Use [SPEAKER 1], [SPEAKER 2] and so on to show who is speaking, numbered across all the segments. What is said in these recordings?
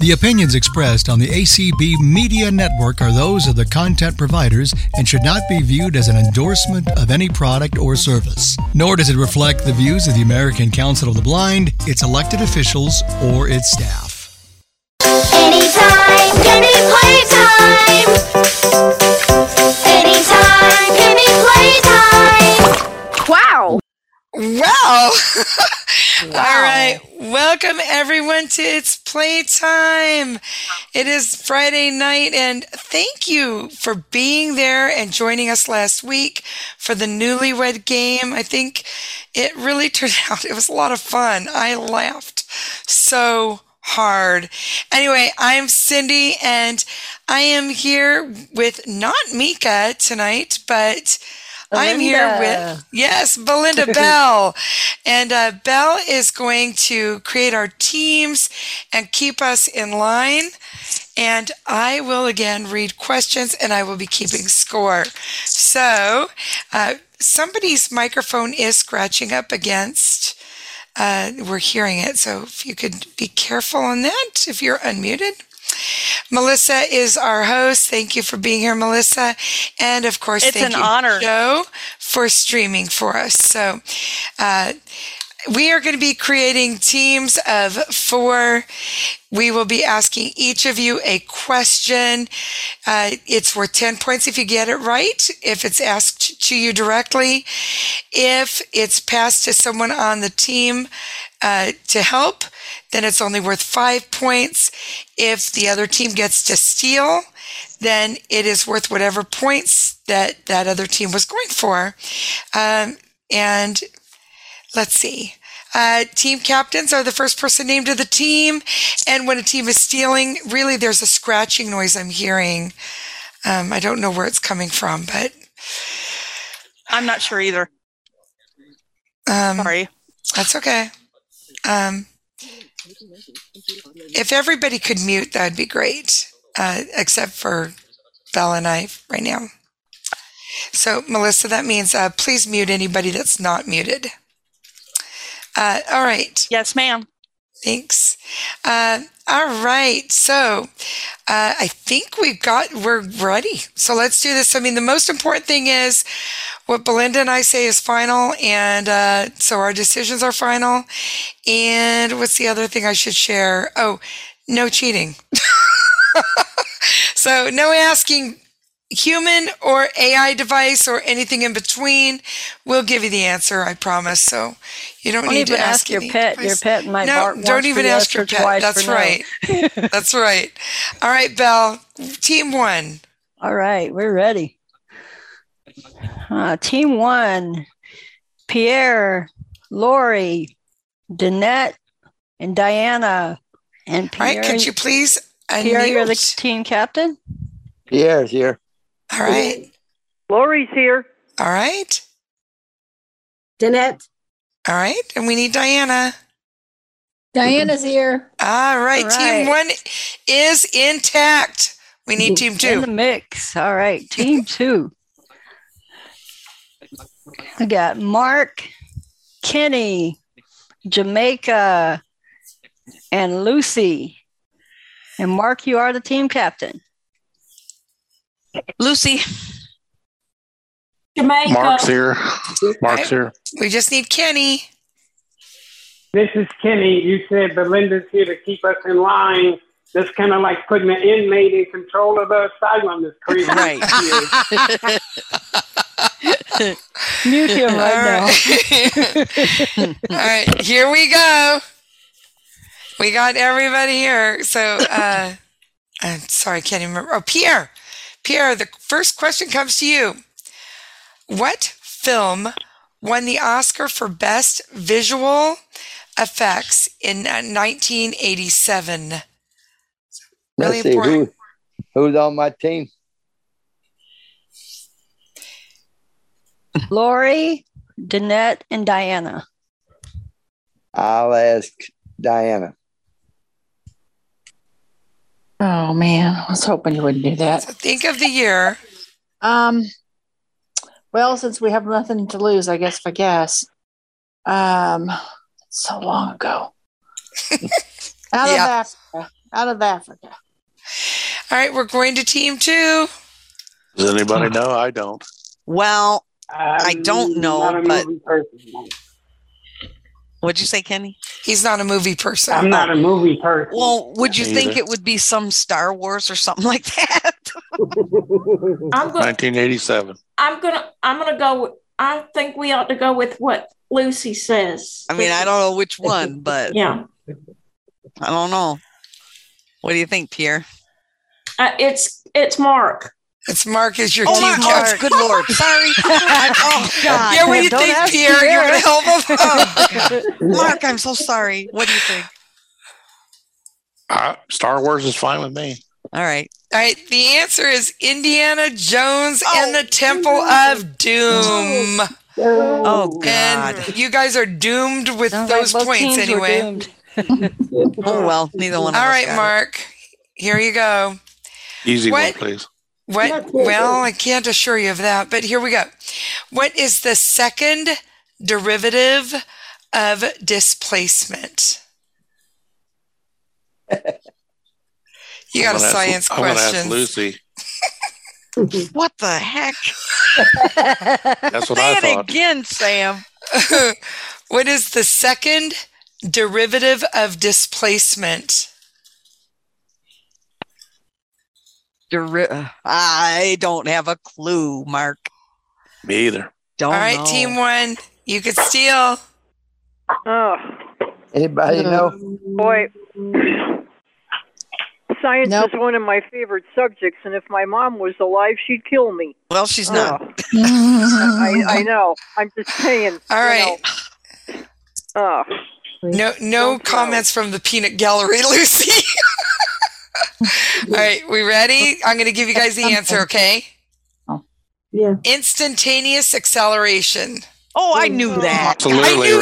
[SPEAKER 1] The opinions expressed on the ACB Media Network are those of the content providers and should not be viewed as an endorsement of any product or service. Nor does it reflect the views of the American Council of the Blind, its elected officials, or its staff.
[SPEAKER 2] Anytime, any playtime. Anytime, any playtime.
[SPEAKER 3] Wow.
[SPEAKER 4] Well, all right. Welcome everyone to It's Playtime. It is Friday night, and thank you for being there and joining us last week for the newlywed game. I think it really turned out, it was a lot of fun. I laughed so hard. Anyway, I'm Cindy, and I am here with not Mika tonight, but. I'm here with,
[SPEAKER 3] Belinda.
[SPEAKER 4] yes, Belinda Bell. And uh, Bell is going to create our teams and keep us in line. And I will again read questions and I will be keeping score. So uh, somebody's microphone is scratching up against. Uh, we're hearing it, so if you could be careful on that if you're unmuted. Melissa is our host. Thank you for being here, Melissa. And of course,
[SPEAKER 5] It's
[SPEAKER 4] thank
[SPEAKER 5] an
[SPEAKER 4] you,
[SPEAKER 5] honor.
[SPEAKER 4] Joe, for streaming for us. So, uh, we are going to be creating teams of four. We will be asking each of you a question. Uh, it's worth 10 points if you get it right, if it's asked to you directly. If it's passed to someone on the team uh, to help, then it's only worth five points. If the other team gets to steal, then it is worth whatever points that that other team was going for. Um, and let's see. Uh, team captains are the first person named to the team. And when a team is stealing, really there's a scratching noise I'm hearing. Um, I don't know where it's coming from, but
[SPEAKER 5] I'm not sure either.
[SPEAKER 4] um,
[SPEAKER 5] Sorry.
[SPEAKER 4] that's okay. Um, if everybody could mute, that'd be great, uh, except for Belle and I right now. So, Melissa, that means uh, please mute anybody that's not muted. Uh, all right.
[SPEAKER 5] Yes, ma'am.
[SPEAKER 4] Thanks. Uh, all right, so uh, I think we've got we're ready. So let's do this. I mean, the most important thing is what Belinda and I say is final, and uh, so our decisions are final. And what's the other thing I should share? Oh, no cheating. so no asking human or AI device or anything in between. We'll give you the answer, I promise. So you don't,
[SPEAKER 3] Don't
[SPEAKER 4] need
[SPEAKER 3] even
[SPEAKER 4] to ask,
[SPEAKER 3] ask your
[SPEAKER 4] any
[SPEAKER 3] pet. Your
[SPEAKER 4] advice.
[SPEAKER 3] pet might
[SPEAKER 4] No,
[SPEAKER 3] bark.
[SPEAKER 4] don't
[SPEAKER 3] once for
[SPEAKER 4] even
[SPEAKER 3] yes
[SPEAKER 4] ask your
[SPEAKER 3] or
[SPEAKER 4] pet.
[SPEAKER 3] twice
[SPEAKER 4] That's
[SPEAKER 3] for no.
[SPEAKER 4] right. That's right. All right, Belle. Team one.
[SPEAKER 3] All right, we're ready. Uh, team one: Pierre, Lori, Danette, and Diana. And
[SPEAKER 4] All
[SPEAKER 3] Pierre,
[SPEAKER 4] right. Could you please
[SPEAKER 3] Pierre, you're the
[SPEAKER 4] unmute?
[SPEAKER 3] team captain.
[SPEAKER 6] Pierre's here.
[SPEAKER 4] All right.
[SPEAKER 7] Lori's here.
[SPEAKER 4] All right.
[SPEAKER 8] Danette.
[SPEAKER 4] All right. And we need Diana.
[SPEAKER 8] Diana's here.
[SPEAKER 4] All right.
[SPEAKER 3] All
[SPEAKER 4] Team
[SPEAKER 3] right.
[SPEAKER 4] one is intact. We need team
[SPEAKER 3] in the
[SPEAKER 4] two.
[SPEAKER 3] mix. All right, team two. We got Mark, Kenny, Jamaica, and Lucy. And Mark, you are the team captain.
[SPEAKER 5] Lucy.
[SPEAKER 8] Jamaica.
[SPEAKER 6] Mark's here. Mark's here.
[SPEAKER 4] We just need Kenny.
[SPEAKER 9] This is Kenny. You said Belinda's here to keep us in line. That's kind of like putting an inmate in control of the asylum. This crazy.
[SPEAKER 5] Right.
[SPEAKER 3] Mute him
[SPEAKER 4] All
[SPEAKER 3] right
[SPEAKER 4] right. All right. Here we go. We got everybody here. So, uh, I'm sorry, I can't even remember. Oh, Pierre. Pierre, the first question comes to you. What film won the Oscar for Best Visual Effects in uh, 1987? Really
[SPEAKER 6] Let's see
[SPEAKER 4] important.
[SPEAKER 6] who, who's on my team.
[SPEAKER 3] now. Lori, Danette, and Diana.
[SPEAKER 6] I'll ask Diana.
[SPEAKER 10] Oh man, I was hoping you wouldn't do that.
[SPEAKER 4] So think of the year.
[SPEAKER 10] Um, well, since we have nothing to lose, I guess if I guess. Um, so long ago. Out
[SPEAKER 4] Yeah.
[SPEAKER 10] of Africa.
[SPEAKER 11] out of Africa.
[SPEAKER 4] All right, we're going to team two.
[SPEAKER 1] Does anybody know? I don't.
[SPEAKER 12] Well, I don't know, but what'd you say, Kenny?
[SPEAKER 4] He's not a movie person.
[SPEAKER 13] I'm not a movie person.
[SPEAKER 12] Well, would you
[SPEAKER 1] Me
[SPEAKER 12] think
[SPEAKER 1] either.
[SPEAKER 12] it would be some Star Wars or something like that?
[SPEAKER 14] I'm going.
[SPEAKER 1] 1987.
[SPEAKER 14] I'm gonna. I'm gonna go. with- I think we ought to go with what Lucy says.
[SPEAKER 12] I mean, I don't know which one, but
[SPEAKER 14] Yeah.
[SPEAKER 12] I don't know. What do you think, Pierre?
[SPEAKER 14] Uh, it's it's Mark.
[SPEAKER 4] It's Mark is your
[SPEAKER 12] oh,
[SPEAKER 4] team
[SPEAKER 12] Mark. Oh,
[SPEAKER 4] captain.
[SPEAKER 12] good lord! Sorry. oh God.
[SPEAKER 4] Yeah, what do you
[SPEAKER 12] Don't
[SPEAKER 4] think,
[SPEAKER 12] ask
[SPEAKER 4] Pierre? You're gonna help him?
[SPEAKER 12] Mark, I'm so sorry. What do you think?
[SPEAKER 1] I, Star Wars is fine with me.
[SPEAKER 12] All right.
[SPEAKER 4] All right, the answer is Indiana Jones and the Temple of Doom.
[SPEAKER 12] Oh God.
[SPEAKER 4] And you guys are doomed with those points anyway.
[SPEAKER 12] Oh well. Neither
[SPEAKER 4] All
[SPEAKER 12] one. of us
[SPEAKER 4] right,
[SPEAKER 12] got it.
[SPEAKER 4] Mark. Here you go.
[SPEAKER 1] Easy
[SPEAKER 4] What?
[SPEAKER 1] one, please.
[SPEAKER 4] What? Well, I can't assure you of that, but here we go. What is the second derivative of displacement? You got
[SPEAKER 1] I'm
[SPEAKER 4] a
[SPEAKER 1] gonna ask-
[SPEAKER 4] science
[SPEAKER 1] I'm gonna ask
[SPEAKER 4] question.
[SPEAKER 1] Lucy.
[SPEAKER 12] What the heck?
[SPEAKER 1] That's what
[SPEAKER 12] Say
[SPEAKER 1] I
[SPEAKER 12] it
[SPEAKER 1] thought.
[SPEAKER 12] again, Sam.
[SPEAKER 4] what is the second derivative of displacement?
[SPEAKER 12] Deri- uh, I don't have a clue, Mark.
[SPEAKER 1] Me either.
[SPEAKER 12] Don't.
[SPEAKER 4] All right,
[SPEAKER 12] know.
[SPEAKER 4] team one, you could steal.
[SPEAKER 10] Oh,
[SPEAKER 6] Anybody know?
[SPEAKER 10] boy. Science
[SPEAKER 11] Nope.
[SPEAKER 10] is one of my favorite subjects, and if my mom was alive, she'd kill me.
[SPEAKER 12] Well, she's not.
[SPEAKER 10] Ugh. I, I know. I'm just saying.
[SPEAKER 4] All right.
[SPEAKER 10] Oh,
[SPEAKER 4] No, no comments from the peanut gallery, Lucy. All right, we ready? I'm going to give you guys the answer, okay?
[SPEAKER 15] Yeah.
[SPEAKER 4] Instantaneous acceleration.
[SPEAKER 12] Oh, I knew that.
[SPEAKER 1] Absolutely
[SPEAKER 4] I knew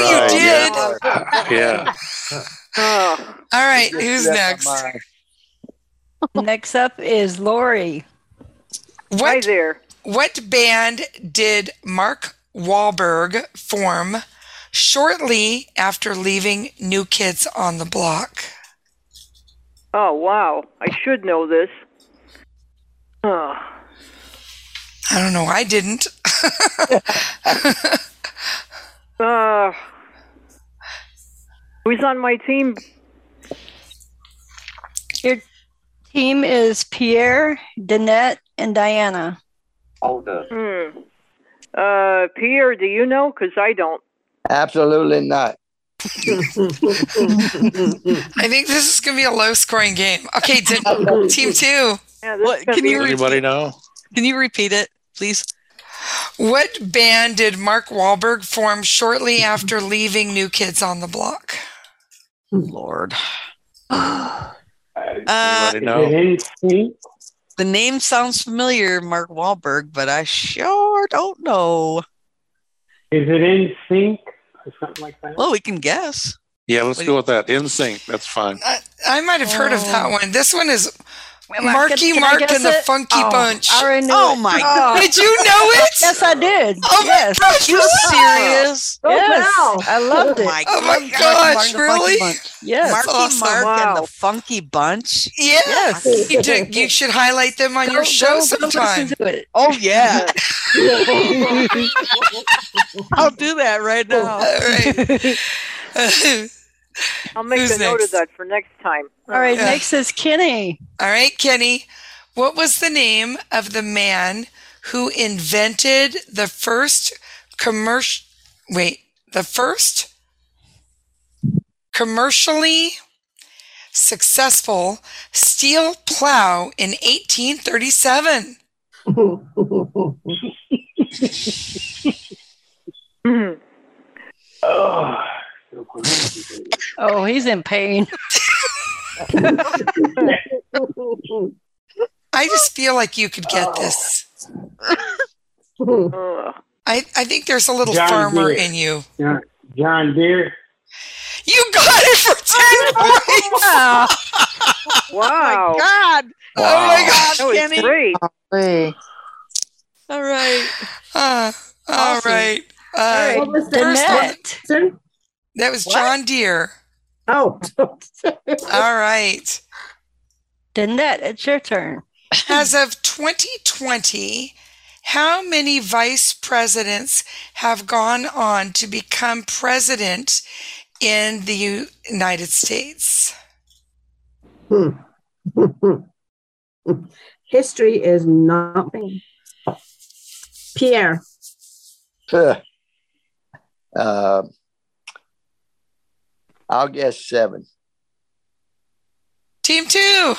[SPEAKER 1] right.
[SPEAKER 4] you did.
[SPEAKER 1] Yeah.
[SPEAKER 10] oh.
[SPEAKER 4] All right, who's next?
[SPEAKER 3] Next up is Lori.
[SPEAKER 10] Hi
[SPEAKER 4] What
[SPEAKER 10] there.
[SPEAKER 4] what band did Mark Wahlberg form shortly after leaving New Kids on the Block?
[SPEAKER 10] Oh, wow. I should know this. Oh.
[SPEAKER 4] I don't know. I didn't.
[SPEAKER 10] Uh, who's on my team?
[SPEAKER 3] Your team is Pierre, Danette, and Diana.
[SPEAKER 10] Hmm. Uh, Pierre, do you know? Because I don't.
[SPEAKER 6] Absolutely not.
[SPEAKER 4] I think this is going to be a low scoring game. Okay, t- team two.
[SPEAKER 10] Yeah, this
[SPEAKER 12] What-
[SPEAKER 10] is gonna
[SPEAKER 12] can
[SPEAKER 10] be-
[SPEAKER 12] you re-
[SPEAKER 1] Anybody know?
[SPEAKER 12] Can you repeat it, please?
[SPEAKER 4] What band did Mark Wahlberg form shortly after leaving New Kids on the Block?
[SPEAKER 12] Lord. uh,
[SPEAKER 1] Anybody
[SPEAKER 13] Is it
[SPEAKER 1] know?
[SPEAKER 13] in sync?
[SPEAKER 12] the name sounds familiar, Mark Wahlberg, but I sure don't know.
[SPEAKER 13] Is it in sync or something like that?
[SPEAKER 12] Well, we can guess.
[SPEAKER 1] Yeah, let's
[SPEAKER 12] What do Uh,
[SPEAKER 1] go with that. In sync. That's fine.
[SPEAKER 4] I, I might have heard of that one. This one is
[SPEAKER 3] I-
[SPEAKER 4] Marky
[SPEAKER 3] Oh. can- can I
[SPEAKER 4] Mark
[SPEAKER 3] guess
[SPEAKER 4] and the
[SPEAKER 3] it?
[SPEAKER 4] Funky
[SPEAKER 3] Oh,
[SPEAKER 4] Bunch.
[SPEAKER 3] I already knew
[SPEAKER 12] Oh
[SPEAKER 3] it.
[SPEAKER 12] my
[SPEAKER 4] Did you know it?
[SPEAKER 3] Yes, I did.
[SPEAKER 4] Oh my
[SPEAKER 3] yes. Oh,
[SPEAKER 4] gosh,
[SPEAKER 12] You serious?
[SPEAKER 3] yes. I loved it.
[SPEAKER 12] my,
[SPEAKER 4] Oh my
[SPEAKER 12] Marky
[SPEAKER 4] gosh,
[SPEAKER 12] Mark and the
[SPEAKER 4] really?
[SPEAKER 12] Funky Bunch.
[SPEAKER 3] Yes.
[SPEAKER 12] Marky
[SPEAKER 4] awesome.
[SPEAKER 12] Mark and
[SPEAKER 10] Wow.
[SPEAKER 12] the Funky Bunch.
[SPEAKER 4] yeah.
[SPEAKER 3] yes.
[SPEAKER 4] You, do- you should highlight them on
[SPEAKER 3] Go-
[SPEAKER 4] your show
[SPEAKER 3] go- go listen
[SPEAKER 4] sometime.
[SPEAKER 3] to it.
[SPEAKER 12] Oh yeah. I'll do that right
[SPEAKER 4] All
[SPEAKER 12] now.
[SPEAKER 4] right.
[SPEAKER 10] I'll make
[SPEAKER 4] Who's
[SPEAKER 10] a note
[SPEAKER 4] next?
[SPEAKER 10] of that for next time.
[SPEAKER 3] All right,
[SPEAKER 4] Yeah.
[SPEAKER 3] next is Kenny.
[SPEAKER 4] All right, Kenny. What was the name of the man who invented the first commercial? Wait, the first commercially successful steel plow in 1837.
[SPEAKER 10] Mhm.
[SPEAKER 13] Oh.
[SPEAKER 3] Oh, he's in pain.
[SPEAKER 4] Oh I just feel like you could get this.
[SPEAKER 10] Ugh.
[SPEAKER 4] I, I think there's a little
[SPEAKER 13] John
[SPEAKER 4] farmer
[SPEAKER 13] Deere.
[SPEAKER 4] in you.
[SPEAKER 13] John, John Deere.
[SPEAKER 4] You got it for 10 points.
[SPEAKER 12] Oh,
[SPEAKER 10] Wow.
[SPEAKER 12] God.
[SPEAKER 4] Oh my gosh,
[SPEAKER 10] that was
[SPEAKER 4] Kenny.
[SPEAKER 10] great.
[SPEAKER 11] Hey.
[SPEAKER 12] All right.
[SPEAKER 4] Uh, all
[SPEAKER 11] Awesome.
[SPEAKER 4] right. Uh,
[SPEAKER 11] What was the
[SPEAKER 4] first one-
[SPEAKER 11] next?
[SPEAKER 4] That was John Deere.
[SPEAKER 11] Oh.
[SPEAKER 4] All right.
[SPEAKER 3] Danette, it's your turn.
[SPEAKER 4] As of 2020, how many vice presidents have gone on to become president in the U- United States?
[SPEAKER 8] Hmm. History is not me. Pierre.
[SPEAKER 6] Huh. Uh, I'll guess seven.
[SPEAKER 4] Team two.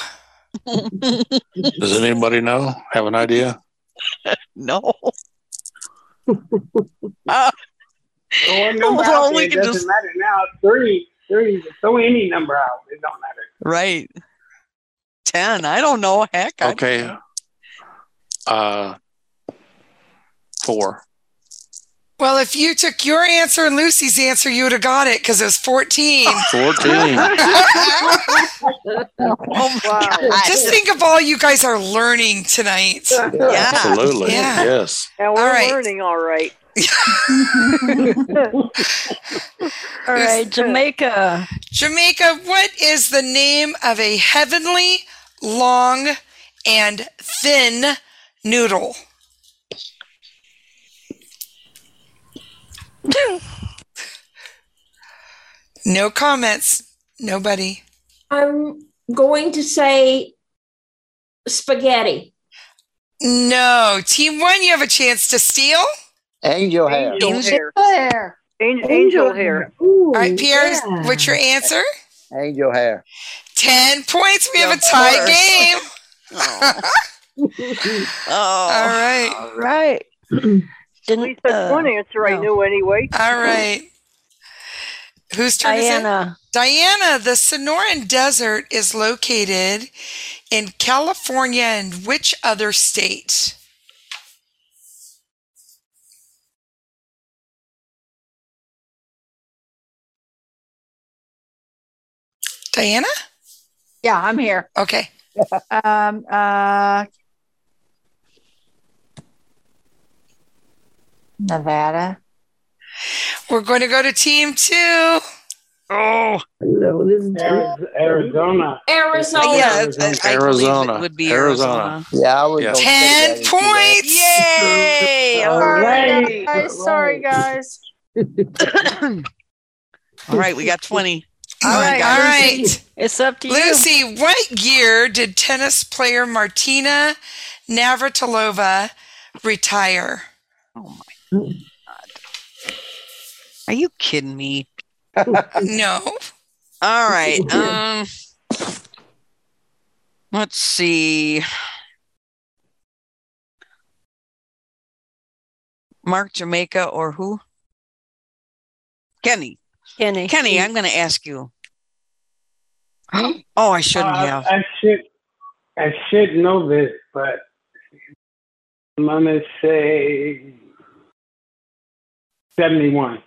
[SPEAKER 7] Does anybody know? Have an idea?
[SPEAKER 12] no.
[SPEAKER 4] Oh.
[SPEAKER 9] Throw a number
[SPEAKER 12] Well,
[SPEAKER 9] out there. Oh,
[SPEAKER 12] we
[SPEAKER 9] It
[SPEAKER 12] can
[SPEAKER 9] doesn't
[SPEAKER 12] just-
[SPEAKER 9] matter now. Three, three. Throw any number out. It don't matter.
[SPEAKER 12] Right. 10. I don't know. Heck. I don't
[SPEAKER 7] Okay.
[SPEAKER 12] know.
[SPEAKER 7] Uh, four.
[SPEAKER 4] Well, if you took your answer and Lucy's answer, you would have got it because it was 14.
[SPEAKER 7] 14.
[SPEAKER 4] oh my God. Just think of all you guys are learning tonight.
[SPEAKER 12] Yeah.
[SPEAKER 7] Absolutely.
[SPEAKER 4] Yeah.
[SPEAKER 7] Yes.
[SPEAKER 16] And
[SPEAKER 4] All
[SPEAKER 16] we're
[SPEAKER 4] right.
[SPEAKER 16] learning all right.
[SPEAKER 3] All
[SPEAKER 4] uh,
[SPEAKER 3] right, Jamaica.
[SPEAKER 4] Jamaica, what is the name of a heavenly, long, and thin noodle? no comments. Nobody.
[SPEAKER 17] I'm going to say spaghetti.
[SPEAKER 4] No. Team one, you have a chance to steal.
[SPEAKER 6] Angel hair.
[SPEAKER 16] hair.
[SPEAKER 10] There.
[SPEAKER 16] Angel, angel hair.
[SPEAKER 4] All right, Pierre, what's your answer?
[SPEAKER 6] Angel hair.
[SPEAKER 4] 10 points. We have a
[SPEAKER 12] Of
[SPEAKER 4] tie
[SPEAKER 12] course.
[SPEAKER 4] game.
[SPEAKER 12] Oh.
[SPEAKER 4] All right.
[SPEAKER 3] All right.
[SPEAKER 16] At least that's one answer I knew anyway.
[SPEAKER 4] All right. Whose turn
[SPEAKER 3] Diana.
[SPEAKER 4] is it? Diana, the Sonoran Desert is located in California and which other state? Diana?
[SPEAKER 10] Yeah, I'm here.
[SPEAKER 4] Okay.
[SPEAKER 10] Um, uh, Nevada.
[SPEAKER 4] We're going to go to team two.
[SPEAKER 12] Oh.
[SPEAKER 8] Hello, this is
[SPEAKER 9] Ari- Arizona.
[SPEAKER 17] Arizona.
[SPEAKER 12] Yeah, it's- it's- I believe
[SPEAKER 7] Arizona.
[SPEAKER 12] It would be
[SPEAKER 7] Arizona.
[SPEAKER 12] Arizona.
[SPEAKER 6] Yeah, I was
[SPEAKER 7] Yeah.
[SPEAKER 6] gonna say
[SPEAKER 4] 10
[SPEAKER 6] that.
[SPEAKER 4] points.
[SPEAKER 12] Yay.
[SPEAKER 9] All
[SPEAKER 12] All
[SPEAKER 9] right.
[SPEAKER 10] Guys, sorry, guys.
[SPEAKER 12] right. We got 20.
[SPEAKER 4] All right. All right.
[SPEAKER 3] It's up to you.
[SPEAKER 4] Lucy, what year did tennis player Martina Navratilova retire?
[SPEAKER 12] Are you kidding me?
[SPEAKER 4] No.
[SPEAKER 12] All right. Um, let's see. Mark Jamaica or who? Kenny.
[SPEAKER 3] Kenny.
[SPEAKER 12] Kenny, I'm going to ask you. oh, I shouldn't
[SPEAKER 9] Uh,
[SPEAKER 12] have.
[SPEAKER 9] I should, I should know this, but I'm gonna say seventy-one.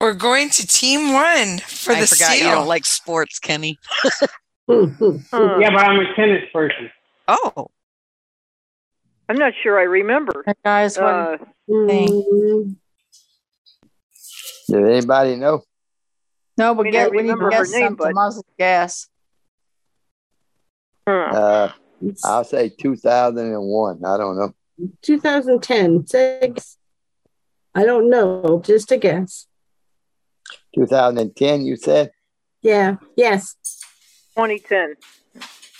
[SPEAKER 4] We're going to team one for
[SPEAKER 12] I
[SPEAKER 4] the
[SPEAKER 12] forgot you
[SPEAKER 4] steal.
[SPEAKER 12] don't like sports, Kenny.
[SPEAKER 16] Huh.
[SPEAKER 9] Yeah, but I'm a tennis person.
[SPEAKER 12] Oh,
[SPEAKER 16] I'm not sure I remember.
[SPEAKER 10] Hey, guys, one
[SPEAKER 16] Uh,
[SPEAKER 10] thing.
[SPEAKER 6] Did anybody know?
[SPEAKER 10] No, but
[SPEAKER 16] we
[SPEAKER 10] get,
[SPEAKER 16] don't
[SPEAKER 10] we need
[SPEAKER 16] remember
[SPEAKER 10] to
[SPEAKER 16] her
[SPEAKER 10] guess
[SPEAKER 16] name,
[SPEAKER 10] something.
[SPEAKER 16] but-
[SPEAKER 10] Muzzle gas.
[SPEAKER 16] huh.
[SPEAKER 6] Uh, I'll say 2001. I don't know.
[SPEAKER 8] 2010, six. I don't know, just a guess.
[SPEAKER 6] 2010, you said?
[SPEAKER 8] Yeah, yes,
[SPEAKER 16] 2010.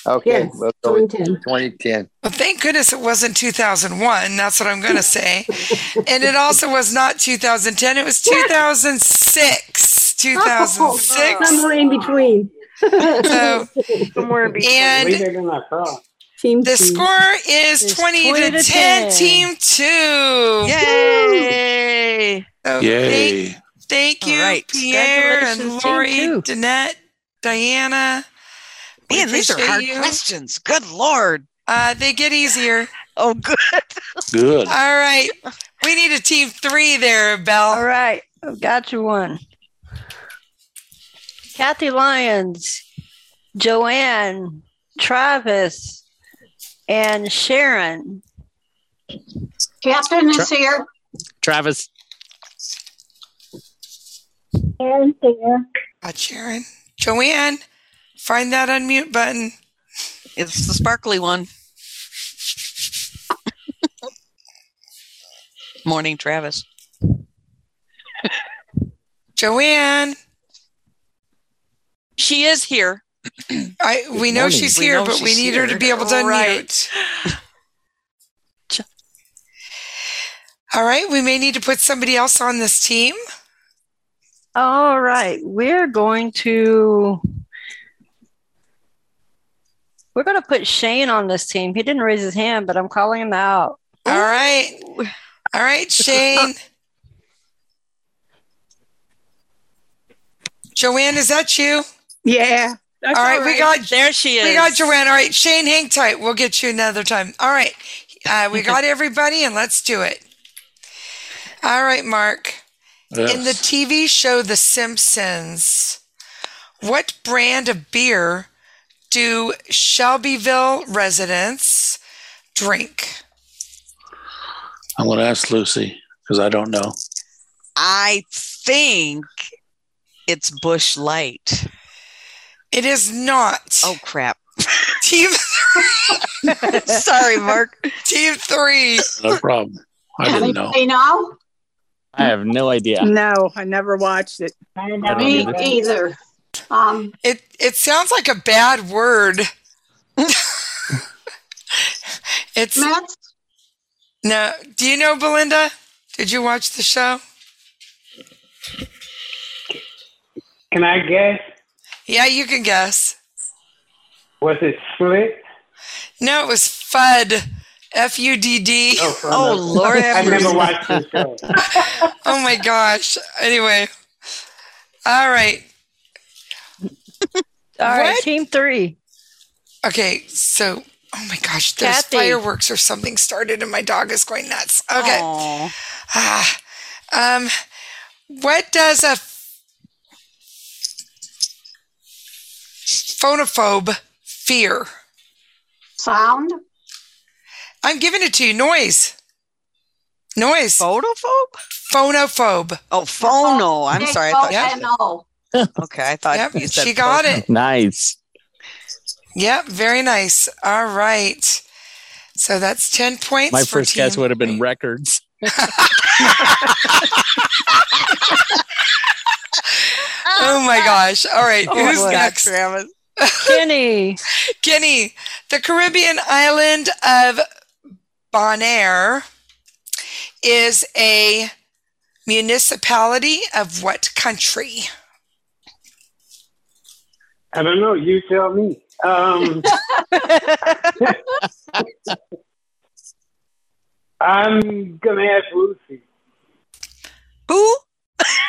[SPEAKER 6] Okay.
[SPEAKER 8] yes,
[SPEAKER 6] We'll go with
[SPEAKER 8] 2010.
[SPEAKER 6] 2010.
[SPEAKER 4] Well, thank goodness it wasn't 2001. That's what I'm going to say. and it also was not 2010. It was 2006.
[SPEAKER 8] Oh,
[SPEAKER 4] 2006.
[SPEAKER 8] Somewhere in between.
[SPEAKER 4] So,
[SPEAKER 16] Somewhere in between.
[SPEAKER 4] and
[SPEAKER 9] Later than I thought.
[SPEAKER 8] Team
[SPEAKER 4] the
[SPEAKER 8] two.
[SPEAKER 4] score is 20 to 10, team two.
[SPEAKER 12] yay!
[SPEAKER 4] So thank-
[SPEAKER 7] Yay.
[SPEAKER 4] Thank
[SPEAKER 12] All
[SPEAKER 4] you,
[SPEAKER 12] right.
[SPEAKER 4] Pierre and
[SPEAKER 3] Congratulations, team
[SPEAKER 4] Lori,
[SPEAKER 3] two.
[SPEAKER 4] Danette, Diana. We
[SPEAKER 12] Man, these are
[SPEAKER 4] appreciate
[SPEAKER 12] hard
[SPEAKER 4] you.
[SPEAKER 12] questions. Good lord.
[SPEAKER 4] Uh, they get easier.
[SPEAKER 12] Oh, good.
[SPEAKER 7] Good.
[SPEAKER 4] All right. We need a team three there,
[SPEAKER 3] All
[SPEAKER 4] Belle.
[SPEAKER 3] right. Got you one. Kathy Lyons, Joanne, Travis, and Sharon.
[SPEAKER 18] Catherine is here.
[SPEAKER 19] Travis,
[SPEAKER 4] Uh, Sharon, Joanne, find that unmute button.
[SPEAKER 12] It's the sparkly one. Morning, Travis.
[SPEAKER 4] Joanne.
[SPEAKER 5] She is here.
[SPEAKER 4] I we know she's here, but we need her to be able to unmute. All right, we may need to put somebody else on this team.
[SPEAKER 3] All right, we're going to we're going to put Shane on this team. He didn't raise his hand, but I'm calling him out.
[SPEAKER 4] All right, all right, Shane. Joanne, is that you?
[SPEAKER 19] Yeah.
[SPEAKER 4] All
[SPEAKER 19] That's
[SPEAKER 4] right, we got
[SPEAKER 19] there. She is.
[SPEAKER 4] We got Joanne. All right, Shane, hang tight. We'll get you another time. All right, uh, we got everybody, and let's do it. All right, Mark. In the TV show The Simpsons, what brand of beer do Shelbyville residents drink?
[SPEAKER 7] I'm going to ask Lucy because I don't know.
[SPEAKER 12] I think it's Bush Light.
[SPEAKER 4] It is not.
[SPEAKER 12] Oh crap.
[SPEAKER 4] Team
[SPEAKER 12] Sorry, Mark.
[SPEAKER 4] Team three.
[SPEAKER 7] No problem. I didn't know.
[SPEAKER 18] They know?
[SPEAKER 20] I have no idea.
[SPEAKER 19] No, I never watched it.
[SPEAKER 18] Me either. Um,
[SPEAKER 4] It it sounds like a bad word. it's no. Do you know Belinda? Did you watch the show?
[SPEAKER 9] Can I guess?
[SPEAKER 4] Yeah, you can guess.
[SPEAKER 9] Was it slick?
[SPEAKER 4] No, it was FUD. F U D D.
[SPEAKER 9] Oh,
[SPEAKER 4] Lord
[SPEAKER 9] I
[SPEAKER 4] have
[SPEAKER 9] never
[SPEAKER 4] mercy.
[SPEAKER 9] watched the show.
[SPEAKER 4] Oh my gosh. Anyway. All right.
[SPEAKER 3] All right,
[SPEAKER 4] What?
[SPEAKER 3] team three.
[SPEAKER 4] Okay. So, oh my gosh, there's
[SPEAKER 3] Kathy.
[SPEAKER 4] fireworks or something started and my dog is going nuts. Okay. Ah, um, what does a phonophobe fear?
[SPEAKER 18] Sound?
[SPEAKER 4] I'm giving it to you. Noise. Noise. Phonophobe? Phonophobe.
[SPEAKER 12] Oh, phono. I'm sorry. I thought
[SPEAKER 18] Yeah. No.
[SPEAKER 12] Okay, I thought
[SPEAKER 4] Yep,
[SPEAKER 12] you said
[SPEAKER 4] she got
[SPEAKER 12] phono.
[SPEAKER 4] it.
[SPEAKER 20] Nice.
[SPEAKER 4] Yep, very nice. All right. So that's 10 points.
[SPEAKER 20] My
[SPEAKER 4] for
[SPEAKER 20] first
[SPEAKER 4] team.
[SPEAKER 20] guess would have been records.
[SPEAKER 4] Oh my gosh. All right.
[SPEAKER 12] Oh,
[SPEAKER 4] Who's
[SPEAKER 12] boy.
[SPEAKER 4] next?
[SPEAKER 12] Travis.
[SPEAKER 4] Kenny. Kenny. The Caribbean island of Bonaire is a municipality of what country?
[SPEAKER 9] I don't know. You tell me. Um, I'm gonna ask Lucy.
[SPEAKER 12] Who?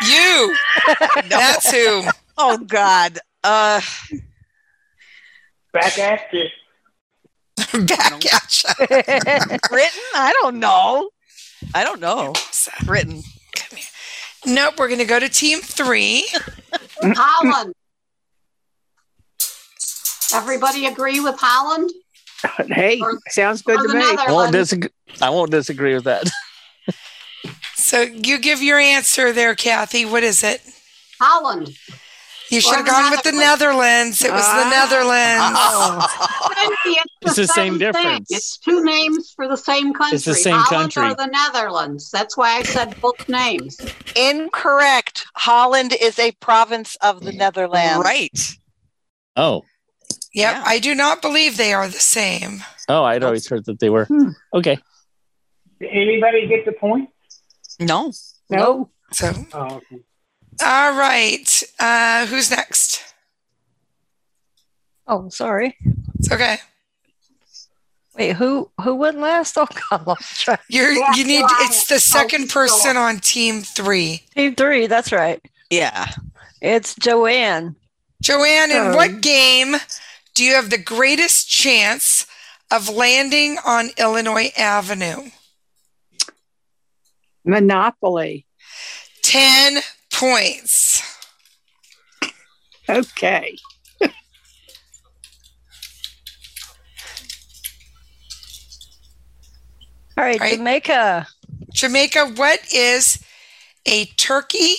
[SPEAKER 4] You. That's who.
[SPEAKER 12] Oh God. Uh
[SPEAKER 9] Back at you.
[SPEAKER 4] back at you.
[SPEAKER 12] Britain? I don't know. I don't know.
[SPEAKER 4] uh,
[SPEAKER 12] Britain.
[SPEAKER 4] Nope, we're going to go to team three.
[SPEAKER 19] Mm-hmm.
[SPEAKER 18] Holland. Everybody agree with Holland?
[SPEAKER 19] Hey, sounds good
[SPEAKER 18] Or
[SPEAKER 19] to
[SPEAKER 18] the
[SPEAKER 19] me.
[SPEAKER 18] Netherlands.
[SPEAKER 20] I won't, disagree, I won't disagree with that.
[SPEAKER 4] So you give your answer there, Kathy. What is it?
[SPEAKER 18] Holland.
[SPEAKER 4] You should
[SPEAKER 18] Or
[SPEAKER 4] have gone with the Netherlands. It was the Netherlands.
[SPEAKER 19] Ah.
[SPEAKER 20] It's the same difference.
[SPEAKER 18] It's two names for the same country.
[SPEAKER 20] It's the same
[SPEAKER 18] Holland
[SPEAKER 20] country.
[SPEAKER 18] or the Netherlands. That's why I said both names.
[SPEAKER 13] Incorrect. Holland is a province of the Netherlands.
[SPEAKER 12] Right.
[SPEAKER 20] Oh,
[SPEAKER 4] Yep, I do not believe they are the same.
[SPEAKER 20] oh, I'd always heard that they were. Okay.
[SPEAKER 9] Did anybody get the point?
[SPEAKER 12] No.
[SPEAKER 9] No.
[SPEAKER 4] So,
[SPEAKER 9] Oh, okay.
[SPEAKER 4] all right. Uh, who's next?
[SPEAKER 3] Oh, sorry.
[SPEAKER 4] It's okay.
[SPEAKER 3] Wait, who who went last? Oh God, I lost track.
[SPEAKER 4] You're you need it's the second
[SPEAKER 18] Oh,
[SPEAKER 4] person on team three.
[SPEAKER 3] Team three, that's right.
[SPEAKER 12] Yeah.
[SPEAKER 3] It's Joanne.
[SPEAKER 4] Joanne, in
[SPEAKER 3] Oh.
[SPEAKER 4] what game do you have the greatest chance of landing on Illinois Avenue?
[SPEAKER 19] Monopoly.
[SPEAKER 4] Ten points.
[SPEAKER 19] Okay.
[SPEAKER 3] All right, Jamaica.
[SPEAKER 4] Jamaica, what is a turkey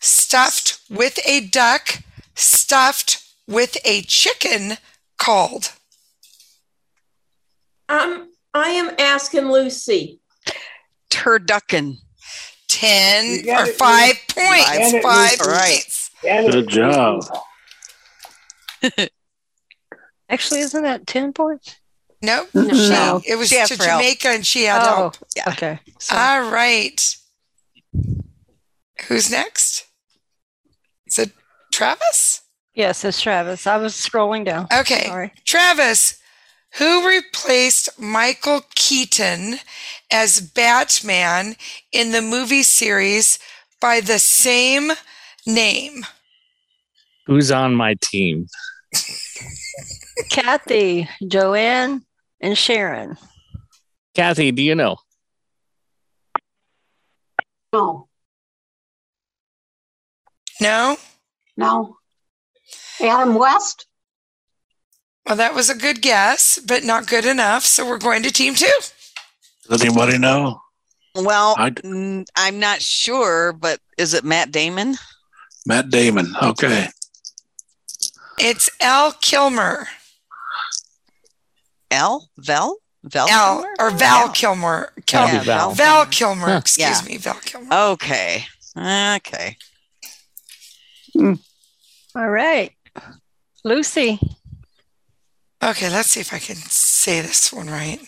[SPEAKER 4] stuffed with a duck stuffed with a chicken called?
[SPEAKER 17] Um, asking Lucy.
[SPEAKER 12] Turducken.
[SPEAKER 4] 10 or 5 points. 5 points.
[SPEAKER 21] Good job.
[SPEAKER 3] Actually, isn't that 10 points?
[SPEAKER 4] Nope.
[SPEAKER 3] No.
[SPEAKER 4] She-
[SPEAKER 3] No.
[SPEAKER 4] It was
[SPEAKER 3] She asked
[SPEAKER 4] to
[SPEAKER 3] for help.
[SPEAKER 4] Jamaica and she had um,
[SPEAKER 3] Oh,
[SPEAKER 4] help.
[SPEAKER 3] Okay.
[SPEAKER 4] All right. Who's next? Is it Travis?
[SPEAKER 3] Yes, it's Travis. I was scrolling down.
[SPEAKER 4] Okay. Travis, who replaced Michael Keaton as Batman in the movie series by the same name?
[SPEAKER 20] Who's on my team?
[SPEAKER 3] Kathy, Joanne, and Sharon.
[SPEAKER 20] Kathy, do you know?
[SPEAKER 18] No.
[SPEAKER 4] No?
[SPEAKER 18] No. Adam West?
[SPEAKER 4] Well, that was a good guess, but not good enough. So we're going to team two.
[SPEAKER 21] Does anybody know?
[SPEAKER 12] Well,
[SPEAKER 21] I-
[SPEAKER 12] mm, I'm not sure, but is it Matt Damon?
[SPEAKER 21] Matt Damon. Okay.
[SPEAKER 4] It's Al Kilmer.
[SPEAKER 12] Al? Vel? Vel?
[SPEAKER 4] Al or Val Kilmer. Kil-
[SPEAKER 12] Yeah,
[SPEAKER 4] Val.
[SPEAKER 12] Val.
[SPEAKER 4] Kilmer.
[SPEAKER 12] Huh.
[SPEAKER 4] Excuse
[SPEAKER 12] Yeah.
[SPEAKER 4] me, Val Kilmer.
[SPEAKER 12] Okay. Okay.
[SPEAKER 3] All right. Lucy.
[SPEAKER 4] Okay, let's see if I can say this one right.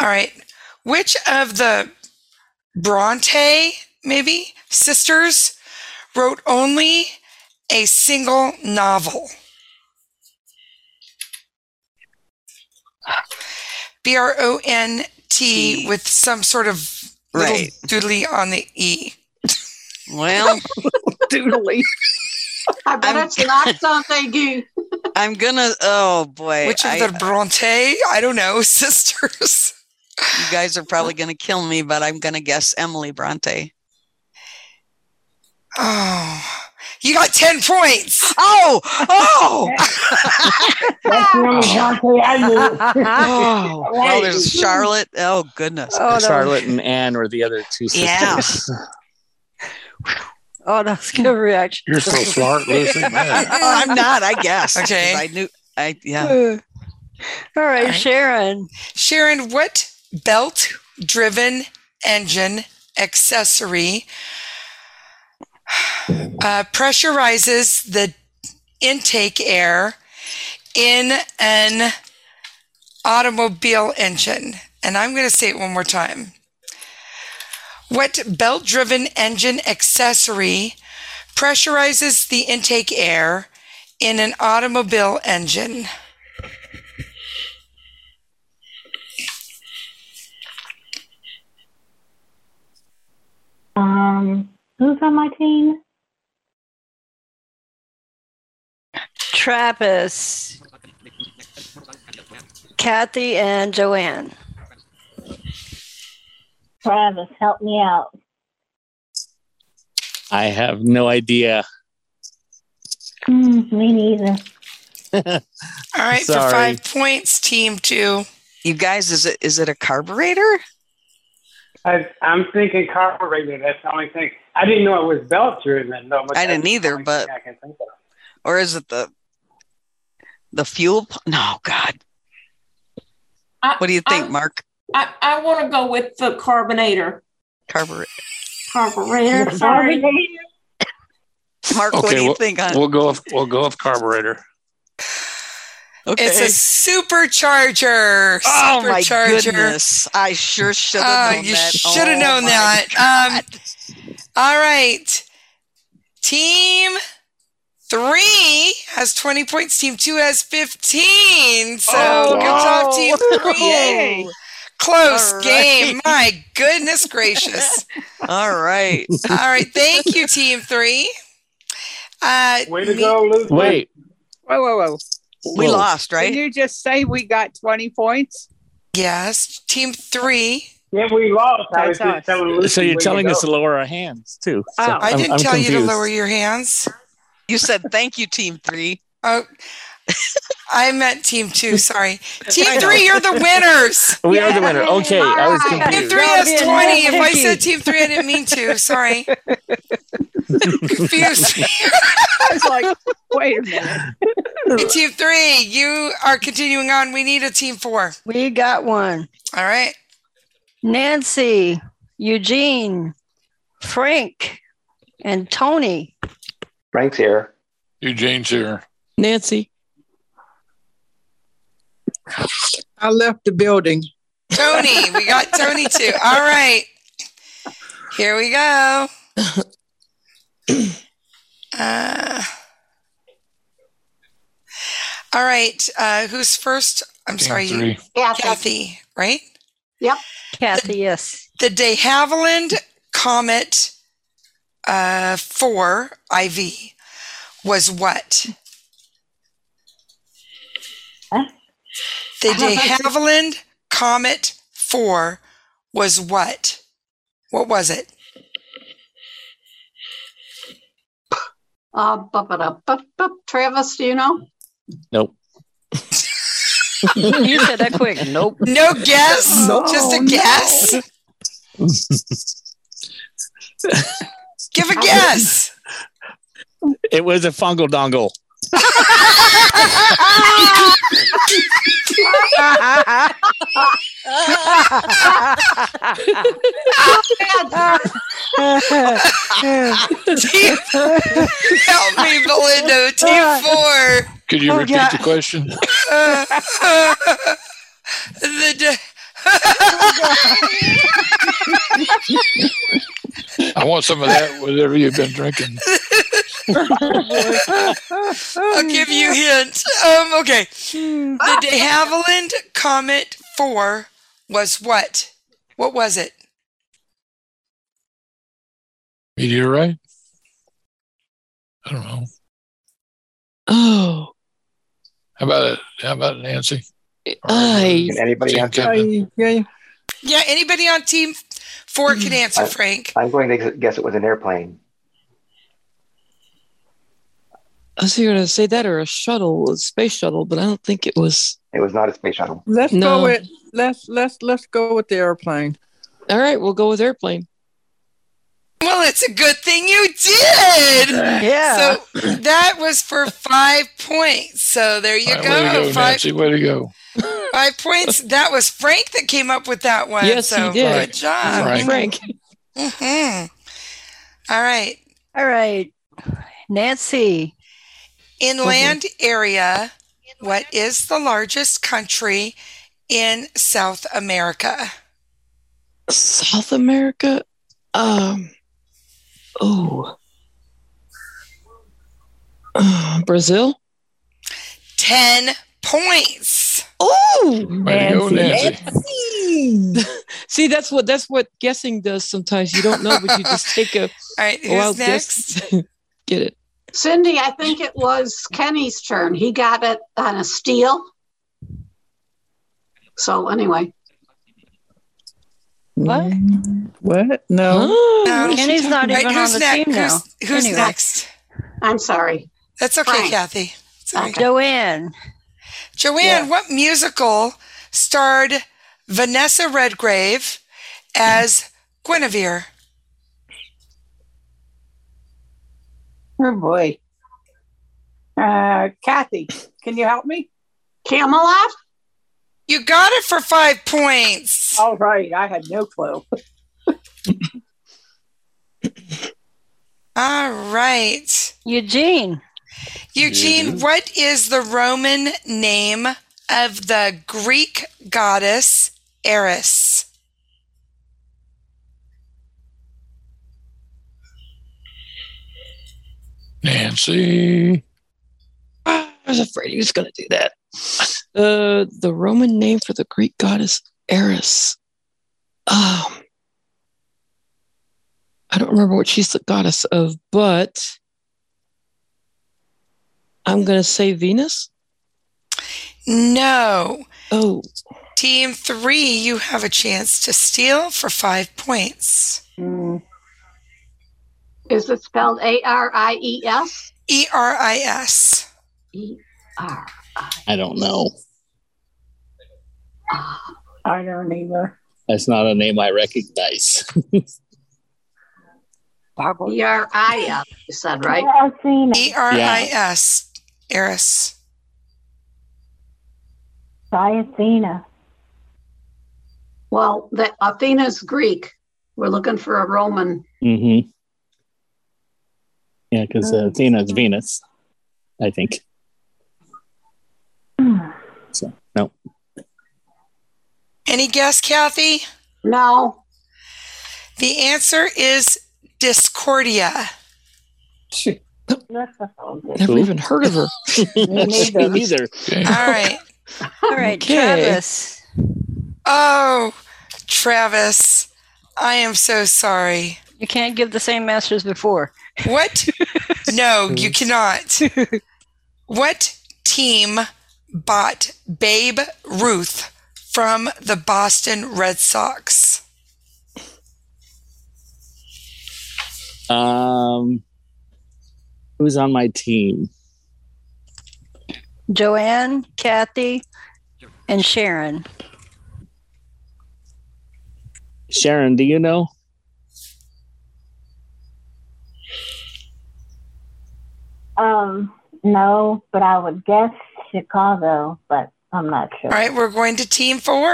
[SPEAKER 4] All right. Which of the Bronte, maybe, sisters wrote only a single novel? B R O N T with some sort of little
[SPEAKER 12] Right.
[SPEAKER 4] doodly on the E.
[SPEAKER 12] Well,
[SPEAKER 19] doodly.
[SPEAKER 18] I bet it's not something you.
[SPEAKER 12] I'm gonna. Oh boy,
[SPEAKER 4] Which of
[SPEAKER 12] I-
[SPEAKER 4] the Bronte? I don't know, sisters.
[SPEAKER 12] you guys are probably gonna kill me, but I'm gonna guess Emily Bronte.
[SPEAKER 4] Oh, you got 10 points.
[SPEAKER 12] Oh, oh.
[SPEAKER 9] That's the only Bronte I knew.
[SPEAKER 12] oh, well, there's Charlotte. Oh goodness.
[SPEAKER 20] Charlotte and Anne were the other two
[SPEAKER 12] Yeah.
[SPEAKER 20] sisters.
[SPEAKER 3] Oh, that's a good reaction.
[SPEAKER 20] You're so smart, Lucy, man.
[SPEAKER 12] Oh, I'm not. I guess. 'cause
[SPEAKER 4] Okay.
[SPEAKER 12] I knew. I yeah.
[SPEAKER 3] All right, Sharon.
[SPEAKER 4] Sharon, what belt driven engine accessory uh, pressurizes the intake air in an automobile engine? And I'm going to say it one more time. What belt driven engine accessory pressurizes the intake air in an automobile engine?
[SPEAKER 3] Uh,
[SPEAKER 22] Um, who's on my team?
[SPEAKER 3] Travis, Kathy, and Joanne.
[SPEAKER 22] Travis, help me out.
[SPEAKER 20] I have no idea.
[SPEAKER 22] Mm, me neither.
[SPEAKER 4] All right, for
[SPEAKER 20] Sorry.
[SPEAKER 4] five points, team two.
[SPEAKER 12] You guys, is it is it a carburetor?
[SPEAKER 9] I, I'm thinking carburetor. That's the only thing. I didn't know it was belt driven though. but
[SPEAKER 12] I
[SPEAKER 9] that's
[SPEAKER 12] didn't
[SPEAKER 9] the
[SPEAKER 12] either,
[SPEAKER 9] only
[SPEAKER 12] but
[SPEAKER 9] thing I can think of.
[SPEAKER 12] or is it the the fuel? p- No, God. what do you think, Mark?
[SPEAKER 17] I, I want to go with the carbonator.
[SPEAKER 12] Carburetor.
[SPEAKER 17] Carburetor. Sorry.
[SPEAKER 12] Mark, what do you think? On
[SPEAKER 7] We'll go. With, we'll go with carburetor.
[SPEAKER 12] okay.
[SPEAKER 4] It's a supercharger.
[SPEAKER 12] oh my
[SPEAKER 4] supercharger.
[SPEAKER 12] goodness! I sure should have
[SPEAKER 4] Oh,
[SPEAKER 12] known
[SPEAKER 4] you
[SPEAKER 12] that.
[SPEAKER 4] should have
[SPEAKER 12] Oh,
[SPEAKER 4] known
[SPEAKER 12] my
[SPEAKER 4] that. Um, all right. Team three has 20 points. Team two has 15. So
[SPEAKER 2] Oh,
[SPEAKER 4] good
[SPEAKER 2] wow.
[SPEAKER 4] job, team three.
[SPEAKER 2] Yay.
[SPEAKER 4] Close
[SPEAKER 12] All right.
[SPEAKER 4] game. My goodness gracious.
[SPEAKER 12] All right.
[SPEAKER 4] all right. Thank you, team three. Uh,
[SPEAKER 9] Way to go, Lucy.
[SPEAKER 20] Wait,
[SPEAKER 19] Whoa, whoa, whoa.
[SPEAKER 12] We
[SPEAKER 20] Whoa.
[SPEAKER 12] lost,
[SPEAKER 19] Did
[SPEAKER 12] right?
[SPEAKER 19] you just say we got 20 points?
[SPEAKER 4] Yes. Team three.
[SPEAKER 9] Yeah, we lost. I was
[SPEAKER 19] That's
[SPEAKER 9] just
[SPEAKER 19] us.
[SPEAKER 9] telling Lucy
[SPEAKER 20] so you're
[SPEAKER 9] where
[SPEAKER 20] telling
[SPEAKER 9] you
[SPEAKER 20] us to
[SPEAKER 9] go.
[SPEAKER 20] lower our hands too. So
[SPEAKER 19] Oh.
[SPEAKER 4] I
[SPEAKER 20] I'm-
[SPEAKER 4] didn't
[SPEAKER 20] I'm
[SPEAKER 4] tell you to
[SPEAKER 20] confused.
[SPEAKER 4] lower your hands.
[SPEAKER 12] You said thank you, Team Three.
[SPEAKER 4] Oh, I meant team two. Sorry.
[SPEAKER 12] I
[SPEAKER 4] Team
[SPEAKER 12] know.
[SPEAKER 4] three, you're the winners.
[SPEAKER 20] We are the winner. Okay, I was
[SPEAKER 4] Team
[SPEAKER 20] confused.
[SPEAKER 4] three has 20. If I
[SPEAKER 3] Vicky.
[SPEAKER 4] said team three, I didn't mean to. Sorry. Confused.
[SPEAKER 19] I was like, wait a minute.
[SPEAKER 4] Okay, team three, you are continuing on. We need a team four.
[SPEAKER 3] We got one.
[SPEAKER 4] All right.
[SPEAKER 3] Nancy, Eugene, Frank, and Tony.
[SPEAKER 23] Frank's here.
[SPEAKER 7] Eugene's here.
[SPEAKER 24] Nancy.
[SPEAKER 19] I left the building.
[SPEAKER 4] Tony, we got Tony too. All right. Here we go. Uh, all right. Uh, who's first? I'm sorry.
[SPEAKER 7] three.
[SPEAKER 4] Kathy. Kathy, right?
[SPEAKER 18] Yep.
[SPEAKER 3] Kathy, yes.
[SPEAKER 4] The de Havilland Comet uh, 4 IV was what? The de Havilland Comet 4 was what? What was it?
[SPEAKER 18] Uh, bu- bu- da- bu- bu- Travis, do you know?
[SPEAKER 20] Nope.
[SPEAKER 3] you said that quick.
[SPEAKER 20] Nope.
[SPEAKER 4] No guess? Just a guess? Give a guess.
[SPEAKER 20] It was a fungal dongle.
[SPEAKER 4] Team- Help me, Belinda. Team four.
[SPEAKER 7] Could you
[SPEAKER 4] Oh,
[SPEAKER 7] repeat
[SPEAKER 4] yeah.
[SPEAKER 7] the question?
[SPEAKER 4] Uh, uh, the de-
[SPEAKER 7] I want some of that, whatever you've been drinking.
[SPEAKER 4] I'll give you a hint. Um, okay. The de Havilland Comet 4 was what? What was it?
[SPEAKER 7] Meteorite? I don't know.
[SPEAKER 24] Oh,
[SPEAKER 7] How about it? How about it, Nancy?
[SPEAKER 24] I.
[SPEAKER 23] Can anybody
[SPEAKER 7] Team
[SPEAKER 23] answer?
[SPEAKER 7] Kevin?
[SPEAKER 4] Yeah, anybody on team 4 can answer, Frank.
[SPEAKER 23] I'm going to guess it was an airplane.
[SPEAKER 24] I was either going to say that or a shuttle, a space shuttle, but I don't think it was.
[SPEAKER 23] It was not a space shuttle.
[SPEAKER 19] Let's
[SPEAKER 24] No.
[SPEAKER 19] go with let's let's let's go with the airplane.
[SPEAKER 24] All right, we'll go with airplane.
[SPEAKER 4] Well, it's a good thing you did.
[SPEAKER 3] Yeah.
[SPEAKER 4] So that was for five points. So there you
[SPEAKER 7] Way
[SPEAKER 4] go.
[SPEAKER 7] to go,
[SPEAKER 4] five,
[SPEAKER 7] Nancy. Way to go.
[SPEAKER 4] five points. That was Frank that came up with that one.
[SPEAKER 24] Yes, he
[SPEAKER 4] so
[SPEAKER 24] did.
[SPEAKER 4] good job.
[SPEAKER 7] Frank.
[SPEAKER 24] Frank.
[SPEAKER 4] Mhm. All right.
[SPEAKER 3] All right. Nancy,
[SPEAKER 4] Inland area. What is the largest country in South America?
[SPEAKER 24] South America. Um. Oh. Uh, Brazil.
[SPEAKER 4] 10 points.
[SPEAKER 24] Oh,
[SPEAKER 7] Way to go, Nancy.
[SPEAKER 24] see, that's what that's what guessing does. Sometimes you don't know, but you just take a
[SPEAKER 4] All right. Who's
[SPEAKER 24] wild
[SPEAKER 4] next?
[SPEAKER 24] guess. Get it?
[SPEAKER 18] Cindy, I think it was Kenny's turn. He got it on a steal. So anyway,
[SPEAKER 3] what?
[SPEAKER 19] What? No.
[SPEAKER 24] Oh,
[SPEAKER 4] No.
[SPEAKER 3] Kenny's not
[SPEAKER 4] Right,
[SPEAKER 3] even on
[SPEAKER 4] who's
[SPEAKER 3] the
[SPEAKER 4] next?
[SPEAKER 3] team now.
[SPEAKER 4] Who's, who's
[SPEAKER 3] Anyway.
[SPEAKER 4] next?
[SPEAKER 18] I'm sorry.
[SPEAKER 4] That's okay,
[SPEAKER 18] Frank.
[SPEAKER 4] Kathy. It's all right.
[SPEAKER 3] Uh, Joanne.
[SPEAKER 4] Joanne, what musical starred Vanessa Redgrave as Guinevere?
[SPEAKER 25] Oh boy. Uh, Kathy, can you help me?
[SPEAKER 18] Camelot?
[SPEAKER 4] You got it for five points.
[SPEAKER 25] All right, I had no clue.
[SPEAKER 4] All right.
[SPEAKER 3] Eugene.
[SPEAKER 4] Eugene, what is the Roman name of the Greek goddess Eris?
[SPEAKER 7] Nancy.
[SPEAKER 24] I was afraid he was going to do that. The the Roman name for the Greek goddess Eris. Um, I don't remember what she's the goddess of, but I'm going to say Venus.
[SPEAKER 4] No.
[SPEAKER 24] Oh,
[SPEAKER 4] Team three, you have a chance to steal for five points.
[SPEAKER 24] Hmm.
[SPEAKER 18] Is it spelled A R I E S?
[SPEAKER 4] E R I S.
[SPEAKER 18] E R.
[SPEAKER 20] I don't know.
[SPEAKER 25] I don't either.
[SPEAKER 20] That's not a name I recognize.
[SPEAKER 18] E R I S, you said, right?
[SPEAKER 4] E R I S. Eris.
[SPEAKER 22] Try Athena.
[SPEAKER 18] Well, the Athena's Greek. We're looking for a Roman.
[SPEAKER 20] Mm-hmm. Yeah, because uh, Athena is Venus, I think. So no,
[SPEAKER 4] Any guess, Kathy?
[SPEAKER 18] No.
[SPEAKER 4] The answer is Discordia.
[SPEAKER 24] Never even heard of her.
[SPEAKER 4] neither. All right.
[SPEAKER 3] All right,
[SPEAKER 4] Okay.
[SPEAKER 3] Travis.
[SPEAKER 4] Oh, Travis, I am so sorry.
[SPEAKER 3] You can't give the same answers before.
[SPEAKER 4] What? no, you cannot. What team bought Babe Ruth from the Boston Red Sox?
[SPEAKER 20] Um, who's on my team?
[SPEAKER 3] Joanne, Kathy, and Sharon.
[SPEAKER 20] Sharon, do you know?
[SPEAKER 22] Um, no, but I would guess Chicago, but I'm not sure.
[SPEAKER 4] All right, we're going to team four.
[SPEAKER 24] All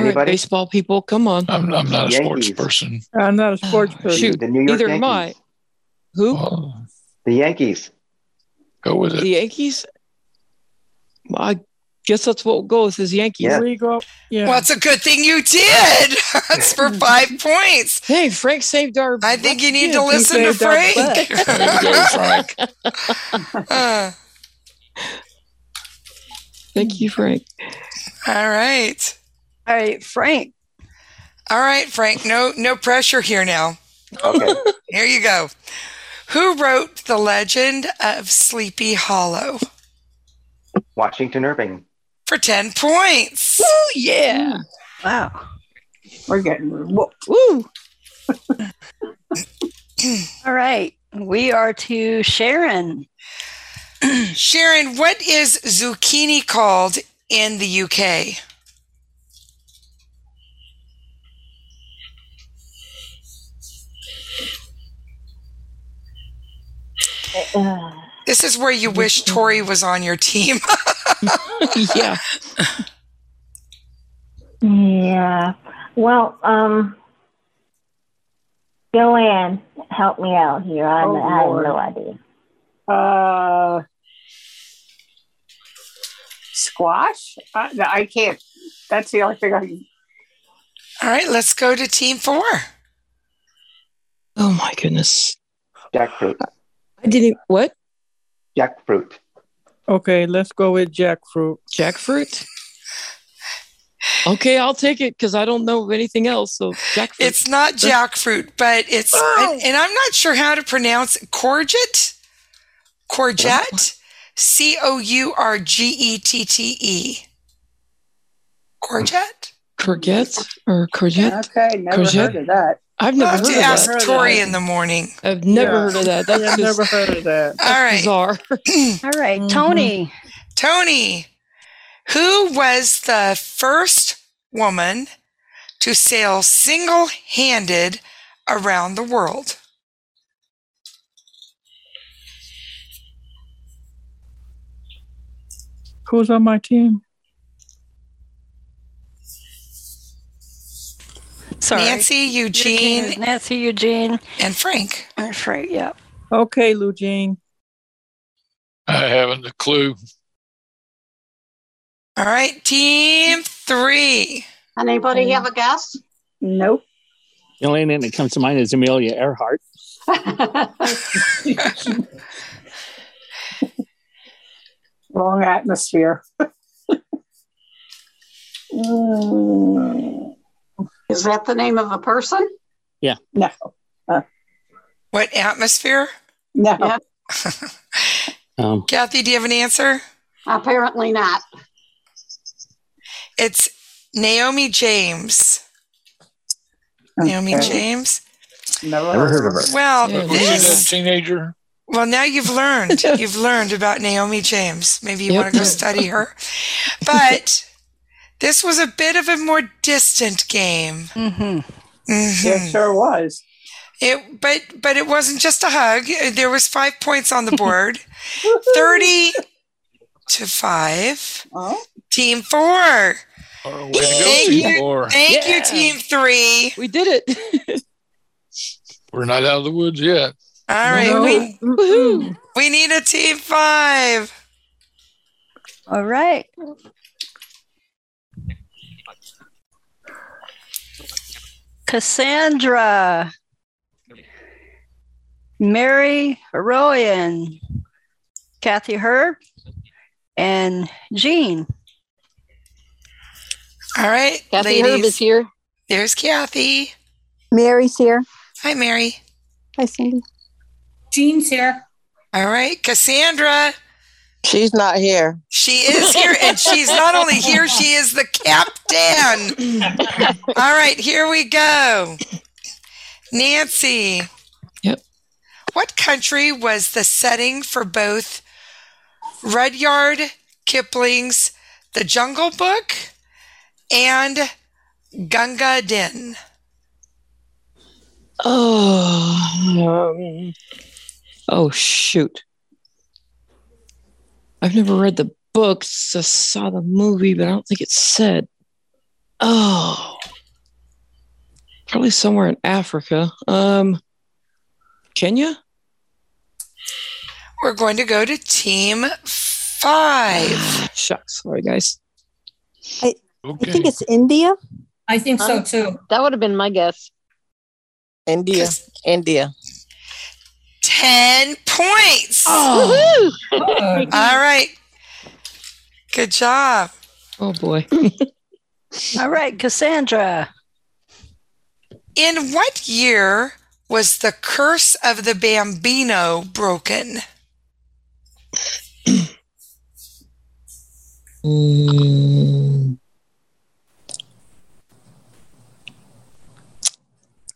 [SPEAKER 24] right, Anybody? baseball people, come on.
[SPEAKER 7] I'm, I'm not a sports
[SPEAKER 23] Yankees.
[SPEAKER 7] person.
[SPEAKER 19] I'm not a sports person.
[SPEAKER 24] Shoot,
[SPEAKER 23] The New York
[SPEAKER 24] neither am I.
[SPEAKER 23] Yankees.
[SPEAKER 24] Who?
[SPEAKER 23] The Yankees.
[SPEAKER 7] Go with
[SPEAKER 24] The Yankees? Well, I guess that's what we'll go with is Yankees.
[SPEAKER 23] Yeah.
[SPEAKER 24] Yeah.
[SPEAKER 4] Well, it's a good thing you did. That's for five points.
[SPEAKER 24] Hey, Frank saved our.
[SPEAKER 4] I think you need
[SPEAKER 24] Yeah,
[SPEAKER 4] to
[SPEAKER 24] he
[SPEAKER 4] listen to
[SPEAKER 24] saved our
[SPEAKER 4] Frank.
[SPEAKER 24] butt.
[SPEAKER 4] Uh,
[SPEAKER 24] Thank you, Frank.
[SPEAKER 4] all right.
[SPEAKER 3] All right, Frank.
[SPEAKER 4] All right, Frank. No, no pressure here now.
[SPEAKER 23] Okay.
[SPEAKER 4] Here you go. Who wrote the legend of Sleepy Hollow
[SPEAKER 23] Washington Irving.
[SPEAKER 4] for ten points?
[SPEAKER 24] Oh yeah!
[SPEAKER 3] Wow.
[SPEAKER 25] We're getting whooped.
[SPEAKER 24] Woo!
[SPEAKER 3] All right, we are to Sharon.
[SPEAKER 4] Sharon, what is zucchini called in the UK? This is where you wish Tori was on your team.
[SPEAKER 24] yeah.
[SPEAKER 22] Yeah. Well, um, Joanne, help me out here. I,
[SPEAKER 25] Oh,
[SPEAKER 22] I have
[SPEAKER 25] Lord.
[SPEAKER 22] no idea.
[SPEAKER 25] Uh, squash?
[SPEAKER 3] Uh,
[SPEAKER 25] I, no, I can't. That's the only thing I can.
[SPEAKER 4] All right, let's go to team four.
[SPEAKER 24] Oh my goodness.
[SPEAKER 23] Jackfruit.
[SPEAKER 24] I didn't. e-, What?
[SPEAKER 23] Jackfruit.
[SPEAKER 19] Okay, let's go with jackfruit.
[SPEAKER 24] Jackfruit? Okay, I'll take it because I don't know of anything else. So jackfruit.
[SPEAKER 4] It's not jackfruit, but it's, and, and I'm not sure how to pronounce it. Courgette? Courgette? C O U R G E T T E. Courgette?
[SPEAKER 24] Courgette or courgette?
[SPEAKER 25] Okay, never
[SPEAKER 24] Courgette?
[SPEAKER 25] heard of that.
[SPEAKER 24] I've
[SPEAKER 4] I'll
[SPEAKER 24] never
[SPEAKER 4] have
[SPEAKER 24] heard
[SPEAKER 4] to
[SPEAKER 24] of
[SPEAKER 4] ask
[SPEAKER 24] that.
[SPEAKER 4] Tori in the morning.
[SPEAKER 24] I've never
[SPEAKER 19] Yeah.
[SPEAKER 24] heard of that. That's
[SPEAKER 19] I've
[SPEAKER 24] just
[SPEAKER 19] never heard of that.
[SPEAKER 4] All right.
[SPEAKER 24] bizarre.
[SPEAKER 3] All right, Tony.
[SPEAKER 4] Tony, who was the first woman to sail single handed around the world?
[SPEAKER 19] Who's on my team?
[SPEAKER 3] Sorry.
[SPEAKER 4] Nancy, Eugene,
[SPEAKER 3] Nancy, Eugene,
[SPEAKER 4] and Frank.
[SPEAKER 3] and Frank. Yeah.
[SPEAKER 19] Okay, Lou Jean.
[SPEAKER 7] I haven't a clue.
[SPEAKER 4] All right, team three.
[SPEAKER 18] Anybody
[SPEAKER 25] Mm.
[SPEAKER 18] have a guess?
[SPEAKER 25] Nope.
[SPEAKER 20] The only name that comes to mind is Amelia Earhart.
[SPEAKER 25] Wrong atmosphere. Mm,
[SPEAKER 18] Is that the name of a person?
[SPEAKER 25] no,
[SPEAKER 4] What atmosphere?
[SPEAKER 25] no.
[SPEAKER 18] Yeah,
[SPEAKER 20] Um,
[SPEAKER 4] Kathy, do you have an answer?
[SPEAKER 18] apparently not.
[SPEAKER 4] It's Naomi James. Naomi
[SPEAKER 25] Okay.
[SPEAKER 4] James.
[SPEAKER 23] Never heard of her.
[SPEAKER 4] Well,
[SPEAKER 24] Yeah,
[SPEAKER 7] Was she
[SPEAKER 4] this,
[SPEAKER 7] a teenager?
[SPEAKER 4] well, now you've learned. You've learned about Naomi James. Maybe you
[SPEAKER 24] Yep.
[SPEAKER 4] want to go study her. But this was a bit of a more distant game.
[SPEAKER 3] Mm-hmm.
[SPEAKER 4] Mhm.
[SPEAKER 25] It sure was.
[SPEAKER 4] It, but but it wasn't just a hug. There was five points on the board. 30 to five.
[SPEAKER 25] Oh.
[SPEAKER 4] Team four.
[SPEAKER 7] way
[SPEAKER 1] to go,
[SPEAKER 4] thank
[SPEAKER 1] Team
[SPEAKER 4] you,
[SPEAKER 1] four.
[SPEAKER 4] Thank
[SPEAKER 1] Yeah.
[SPEAKER 4] you, Team Three. We did it.
[SPEAKER 1] We're not out of the woods yet.
[SPEAKER 4] All right. We,
[SPEAKER 25] Mm-hmm.
[SPEAKER 4] we need a Team Five.
[SPEAKER 3] All right. Cassandra. Mary Rowan. Kathy Herb. And Jean.
[SPEAKER 4] All right.
[SPEAKER 10] Kathy Herb
[SPEAKER 4] ladies.
[SPEAKER 10] is here.
[SPEAKER 4] There's Kathy.
[SPEAKER 10] Mary's here.
[SPEAKER 4] Hi, Mary.
[SPEAKER 10] Hi, Cindy.
[SPEAKER 4] Jean's here. All right. Cassandra.
[SPEAKER 26] She's not here.
[SPEAKER 4] She is here, and she's not only here, she is the captain. All right, here we go. Nancy.
[SPEAKER 24] Yep.
[SPEAKER 4] What country was the setting for both Rudyard Kipling's The Jungle Book and Gunga Din?
[SPEAKER 24] Oh, um, oh shoot! I've never read the books. I saw the movie, but I don't think it's said. Oh, probably somewhere in Africa. Um, Kenya.
[SPEAKER 4] We're going to go to Team Five.
[SPEAKER 24] Shucks. Sorry, guys.
[SPEAKER 10] I, I think it's India. I think
[SPEAKER 26] so,
[SPEAKER 10] too. That would have been my guess.
[SPEAKER 26] India. India.
[SPEAKER 4] 10 points.
[SPEAKER 24] Oh.
[SPEAKER 4] All right. Good job.
[SPEAKER 24] Oh boy.
[SPEAKER 3] All right, Cassandra.
[SPEAKER 4] In what year was the curse of the Bambino broken?
[SPEAKER 8] Um,
[SPEAKER 26] Mm.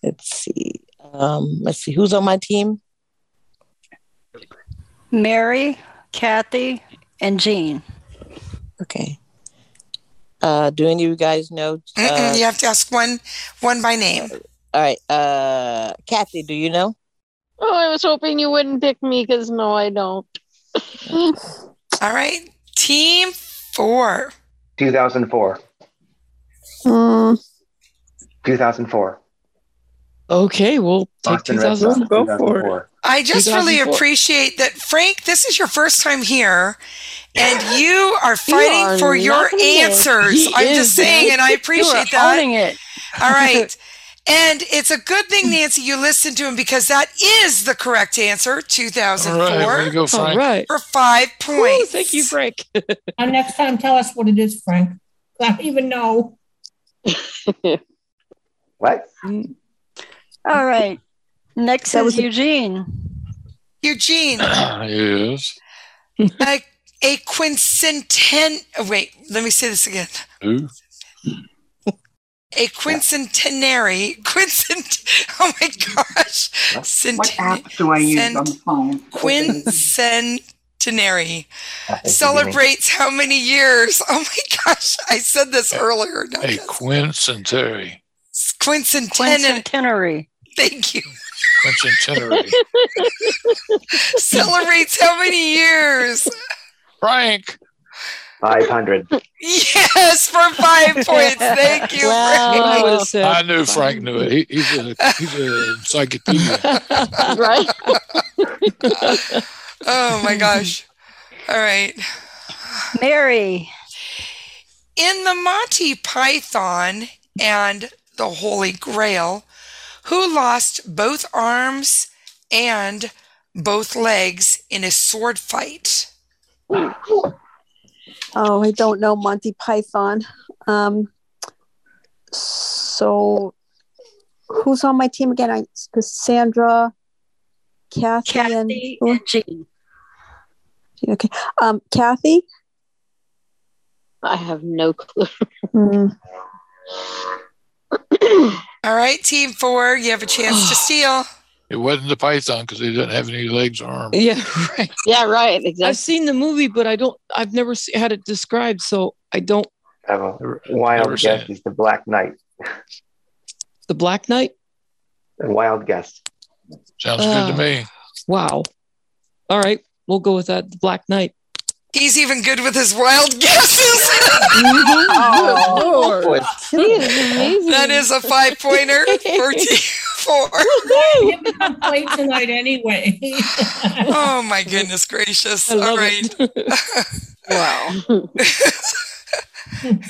[SPEAKER 26] Let's see. Um, let's see who's on my team.
[SPEAKER 3] Mary, Kathy, and Jean.
[SPEAKER 26] Okay. Uh, do any of you guys know? Uh,
[SPEAKER 4] you have to ask one, one by name.
[SPEAKER 26] All right. Uh, Kathy, do you know?
[SPEAKER 10] Oh, I was hoping you wouldn't pick me because no, I don't.
[SPEAKER 4] All right. Team four.
[SPEAKER 23] 2004. 2004.
[SPEAKER 24] Okay, we'll take
[SPEAKER 23] Boston
[SPEAKER 24] two
[SPEAKER 23] Red Sox,
[SPEAKER 24] thousand.
[SPEAKER 23] Go for it.
[SPEAKER 4] I just really
[SPEAKER 24] 2004.
[SPEAKER 4] appreciate that, Frank. This is your first time here, and you are fighting
[SPEAKER 24] are
[SPEAKER 4] for your
[SPEAKER 24] knocking it.
[SPEAKER 4] answers.
[SPEAKER 24] He
[SPEAKER 4] I'm
[SPEAKER 24] is,
[SPEAKER 4] just saying,
[SPEAKER 24] man.
[SPEAKER 4] and I
[SPEAKER 24] You are
[SPEAKER 4] appreciate that.
[SPEAKER 24] owning it.
[SPEAKER 4] All right. And it's a good thing, Nancy, you listened to him because that is the correct answer 2004
[SPEAKER 1] All right, way to go, Frank. All right.
[SPEAKER 4] for five points.
[SPEAKER 1] thank
[SPEAKER 24] you, Frank.
[SPEAKER 27] And next time, tell us what it is, Frank. I don't even know.
[SPEAKER 23] What?
[SPEAKER 10] Mm.
[SPEAKER 3] All right. Next
[SPEAKER 4] That
[SPEAKER 3] is
[SPEAKER 4] was a-
[SPEAKER 3] Eugene.
[SPEAKER 4] Eugene,
[SPEAKER 1] yes.
[SPEAKER 4] a, a quincentennial, wait, let me say this again.
[SPEAKER 1] Who?
[SPEAKER 4] A quincentenary, quincent, oh my gosh,
[SPEAKER 27] What
[SPEAKER 4] Centen-
[SPEAKER 27] app do I use
[SPEAKER 4] Send-
[SPEAKER 27] on the phone?
[SPEAKER 4] quincentenary
[SPEAKER 1] mean.
[SPEAKER 4] celebrates how many years? Oh my gosh, I said this earlier. No,
[SPEAKER 1] Hey, Quincentenary.
[SPEAKER 4] quincentenary.
[SPEAKER 3] Quincentenary.
[SPEAKER 4] Thank you.
[SPEAKER 1] Quincentenary.
[SPEAKER 4] celebrates how many years?
[SPEAKER 1] Frank.
[SPEAKER 23] 500.
[SPEAKER 4] Yes, for five points. Thank
[SPEAKER 1] I,
[SPEAKER 4] you. Frank.
[SPEAKER 1] knew Frank knew it. He, he's a he's a encyclopedia.
[SPEAKER 10] right?
[SPEAKER 4] Oh my gosh. All right.
[SPEAKER 3] Mary.
[SPEAKER 4] In the Monty Python and the Holy Grail, who lost both arms and both legs in a sword fight?
[SPEAKER 10] Oh, I don't know Monty Python. Um, so who's on my team again? I Cassandra, Kathy, and, Jean. Okay, um, Kathy. I have no clue. Hmm.
[SPEAKER 4] All right, team four, you have a chance to steal.
[SPEAKER 1] It wasn't the python because he didn't have any legs or arms.
[SPEAKER 24] Yeah, right.
[SPEAKER 10] Yeah, right. Exactly.
[SPEAKER 24] I've seen the movie, but I don't. I've never se- had it described, so I don't.
[SPEAKER 23] I have a wild guess is the Black Knight.
[SPEAKER 24] The Black Knight.
[SPEAKER 23] A wild guess.
[SPEAKER 1] Sounds good to
[SPEAKER 24] Ugh.
[SPEAKER 1] me.
[SPEAKER 24] Wow. All right, we'll go with that. The Black Knight.
[SPEAKER 4] He's even good with his wild guesses.
[SPEAKER 2] Oh, Lord. Lord. He is amazing.
[SPEAKER 4] That is a five pointer for T4.
[SPEAKER 27] Play tonight anyway.
[SPEAKER 4] Oh my goodness gracious.
[SPEAKER 27] I love
[SPEAKER 4] All right.
[SPEAKER 27] wow.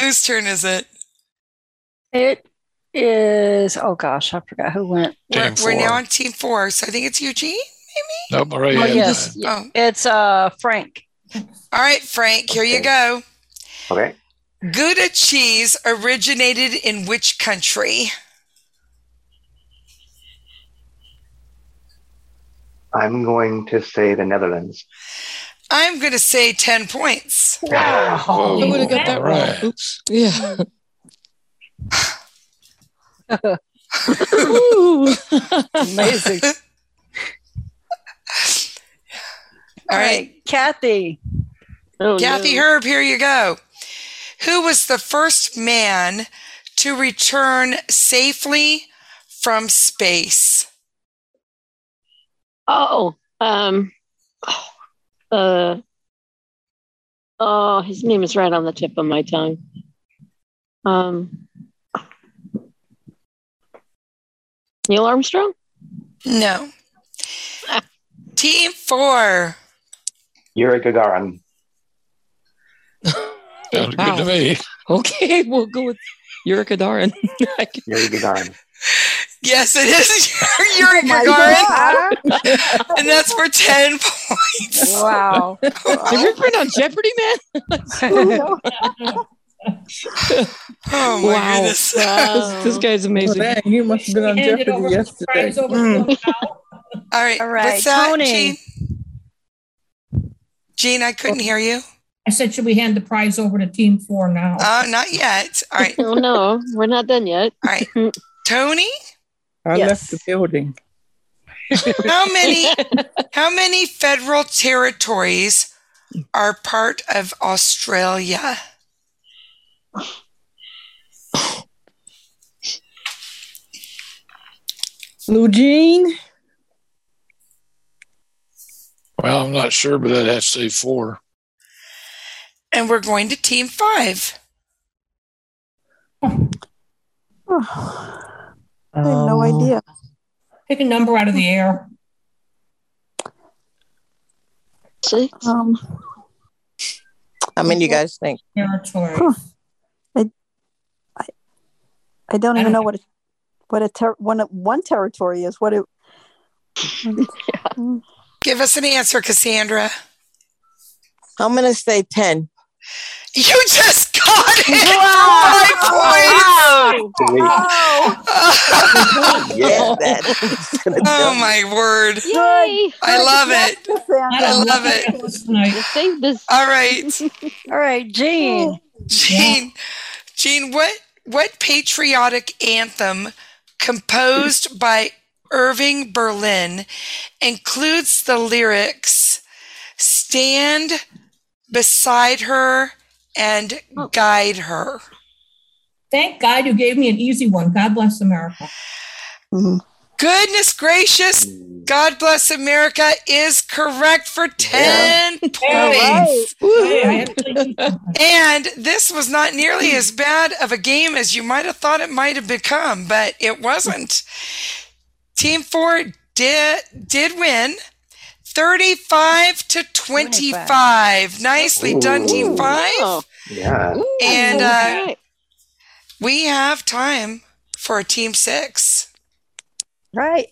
[SPEAKER 4] Whose turn is it?
[SPEAKER 3] It is, oh gosh, I forgot who went.
[SPEAKER 4] We're, we're now on team four, so I think it's Eugene, maybe?
[SPEAKER 1] Nope, already
[SPEAKER 3] Oh,
[SPEAKER 1] had
[SPEAKER 3] yes.
[SPEAKER 1] mine.
[SPEAKER 3] y- It's uh, Frank.
[SPEAKER 4] All right, Frank, here you go.
[SPEAKER 23] Okay.
[SPEAKER 4] Gouda cheese originated in which country?
[SPEAKER 23] I'm going to say the Netherlands.
[SPEAKER 4] I'm going to say 10 points.
[SPEAKER 23] Wow. Whoa. Who would've got that wrong? Alright.
[SPEAKER 4] Oops. Yeah.
[SPEAKER 3] Amazing.
[SPEAKER 4] All right,
[SPEAKER 3] Kathy.
[SPEAKER 5] Oh,
[SPEAKER 4] Kathy
[SPEAKER 3] Oh, no.
[SPEAKER 4] Herb, here you go. Who was the first man to return safely from space?
[SPEAKER 5] Oh, um, uh, oh, his name is right on the tip of my tongue. Um, Neil Armstrong?
[SPEAKER 4] No. Team four.
[SPEAKER 23] Yuri Gagarin.
[SPEAKER 1] Sounds
[SPEAKER 24] Wow.
[SPEAKER 1] good to me.
[SPEAKER 24] Okay, we'll go with Yurika Darin.
[SPEAKER 23] Yuri Gagarin.
[SPEAKER 4] Yes, it is. Yuri
[SPEAKER 2] my
[SPEAKER 4] Gagarin. and that's for 10 points.
[SPEAKER 3] Wow.
[SPEAKER 24] Have you ever been on Jeopardy, man?
[SPEAKER 4] oh
[SPEAKER 24] my
[SPEAKER 19] goodness.
[SPEAKER 24] This, this guy's amazing.
[SPEAKER 19] Dang, he must have been on
[SPEAKER 24] Handed
[SPEAKER 19] Jeopardy
[SPEAKER 24] over
[SPEAKER 19] yesterday. Hmm.
[SPEAKER 24] surprise over
[SPEAKER 4] Mm. All right.
[SPEAKER 3] All right,
[SPEAKER 4] What's that,
[SPEAKER 3] Tony.
[SPEAKER 4] Jean? Jean, I
[SPEAKER 5] Oh.
[SPEAKER 4] couldn't hear you.
[SPEAKER 27] I said, should we hand the prize over to team four now?
[SPEAKER 4] Oh, not yet. All right.
[SPEAKER 5] Oh, no, we're not done yet.
[SPEAKER 4] All right. Tony,
[SPEAKER 19] I left the building.
[SPEAKER 4] how many how many federal territories are part of Australia?
[SPEAKER 19] Eugene.
[SPEAKER 1] Well, I'm not sure, but I'd have to say four.
[SPEAKER 4] And we're going to team five.
[SPEAKER 10] I have no
[SPEAKER 12] Um,
[SPEAKER 3] Um,
[SPEAKER 10] idea.
[SPEAKER 27] Pick a number out of the air.
[SPEAKER 5] Six.
[SPEAKER 27] Um,
[SPEAKER 26] I mean, you guys think
[SPEAKER 27] territory.
[SPEAKER 10] I don't even know what a, what a ter- one one territory is. What it
[SPEAKER 4] Give us an answer, Cassandra.
[SPEAKER 26] I'm gonna say ten.
[SPEAKER 4] You just got it. Five points.
[SPEAKER 26] Yeah, that-
[SPEAKER 4] Oh my word. I love it. I love
[SPEAKER 5] it.
[SPEAKER 4] All right.
[SPEAKER 3] All right, Jean.
[SPEAKER 4] Jean, Jean, what what patriotic anthem composed by Irving Berlin includes the lyrics "Stand beside her and guide her"?
[SPEAKER 27] Oh. Thank God you gave me an easy one. God bless America.
[SPEAKER 4] Goodness gracious, God bless America is correct for 10 points. and this was not nearly as bad of a game as you might have thought it might have become, but it wasn't. Team 4 did did win 35 to 25. Nicely done
[SPEAKER 2] Ooh.
[SPEAKER 4] Team 5.
[SPEAKER 23] Yeah.
[SPEAKER 4] And
[SPEAKER 2] okay.
[SPEAKER 4] uh, we have time for team 6.
[SPEAKER 3] Right.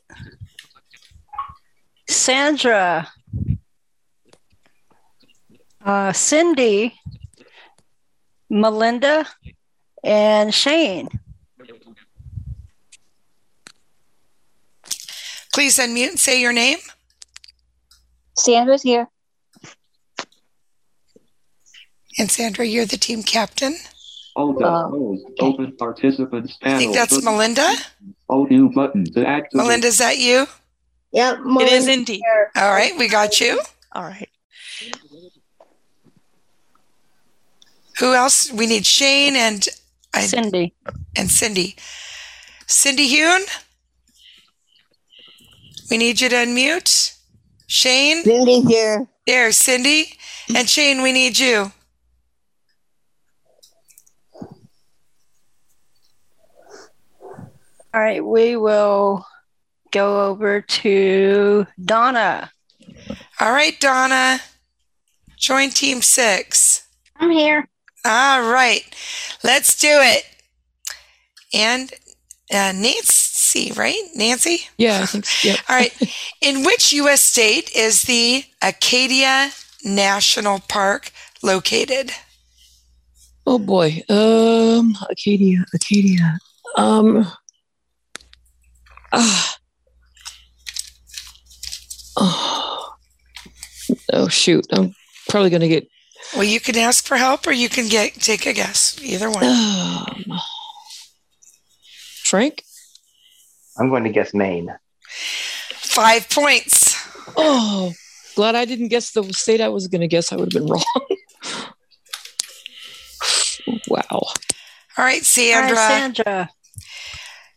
[SPEAKER 3] Sandra. Uh, Cindy, Melinda, and Shane.
[SPEAKER 4] Please unmute and say your name.
[SPEAKER 5] Sandra's here.
[SPEAKER 4] And Sandra, you're the team captain.
[SPEAKER 6] All the
[SPEAKER 4] Oh,
[SPEAKER 6] polls open participants panel.
[SPEAKER 4] I
[SPEAKER 24] Oh.
[SPEAKER 4] think that's Melinda.
[SPEAKER 6] All new button to activate.
[SPEAKER 4] Melinda, is that you?
[SPEAKER 27] Yeah,
[SPEAKER 4] it is indeed. All right, we got you.
[SPEAKER 26] All right.
[SPEAKER 4] Who else? We need Shane and I,
[SPEAKER 3] Cindy.
[SPEAKER 4] And Cindy. Cindy Hune. We need you to unmute. Shane.
[SPEAKER 26] Cindy here.
[SPEAKER 4] There, Cindy and Shane, we need you.
[SPEAKER 3] All right, we will go over to Donna.
[SPEAKER 4] All right, Donna, join Team Six.
[SPEAKER 22] I'm here.
[SPEAKER 4] All right, let's do it. And uh, Nancy, right? Nancy?
[SPEAKER 24] Yeah, I think so. Yep.
[SPEAKER 4] All right. In which U.S. state is the Acadia National Park located?
[SPEAKER 24] Oh boy. Um, Acadia, Acadia. Um, ah. Oh. oh, shoot. I'm probably going to get.
[SPEAKER 4] Well, you can ask for help, or you can get take a guess. Either one.
[SPEAKER 24] Um, Frank?
[SPEAKER 23] I'm going to guess Maine.
[SPEAKER 4] Five points.
[SPEAKER 24] Oh, glad I didn't guess the state I was going to guess. I would have been wrong. wow.
[SPEAKER 4] All right, Sandra.
[SPEAKER 3] Hi, Sandra.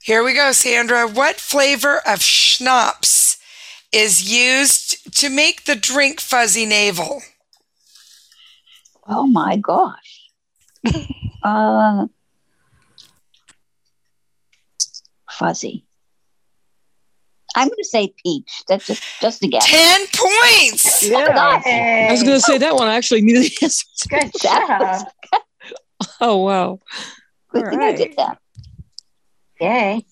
[SPEAKER 4] Here we go, Sandra. What flavor of schnapps is used to make the drink fuzzy navel?
[SPEAKER 22] Oh my gosh. uh, fuzzy. I'm going to say peach. That's just, just a guess.
[SPEAKER 4] Ten points.
[SPEAKER 22] Yeah.
[SPEAKER 24] I was going
[SPEAKER 4] Oh.
[SPEAKER 24] to say that one. I actually knew the answer.
[SPEAKER 22] Good job.
[SPEAKER 24] Oh, wow.
[SPEAKER 22] Good thing Uh, I did that. Yay.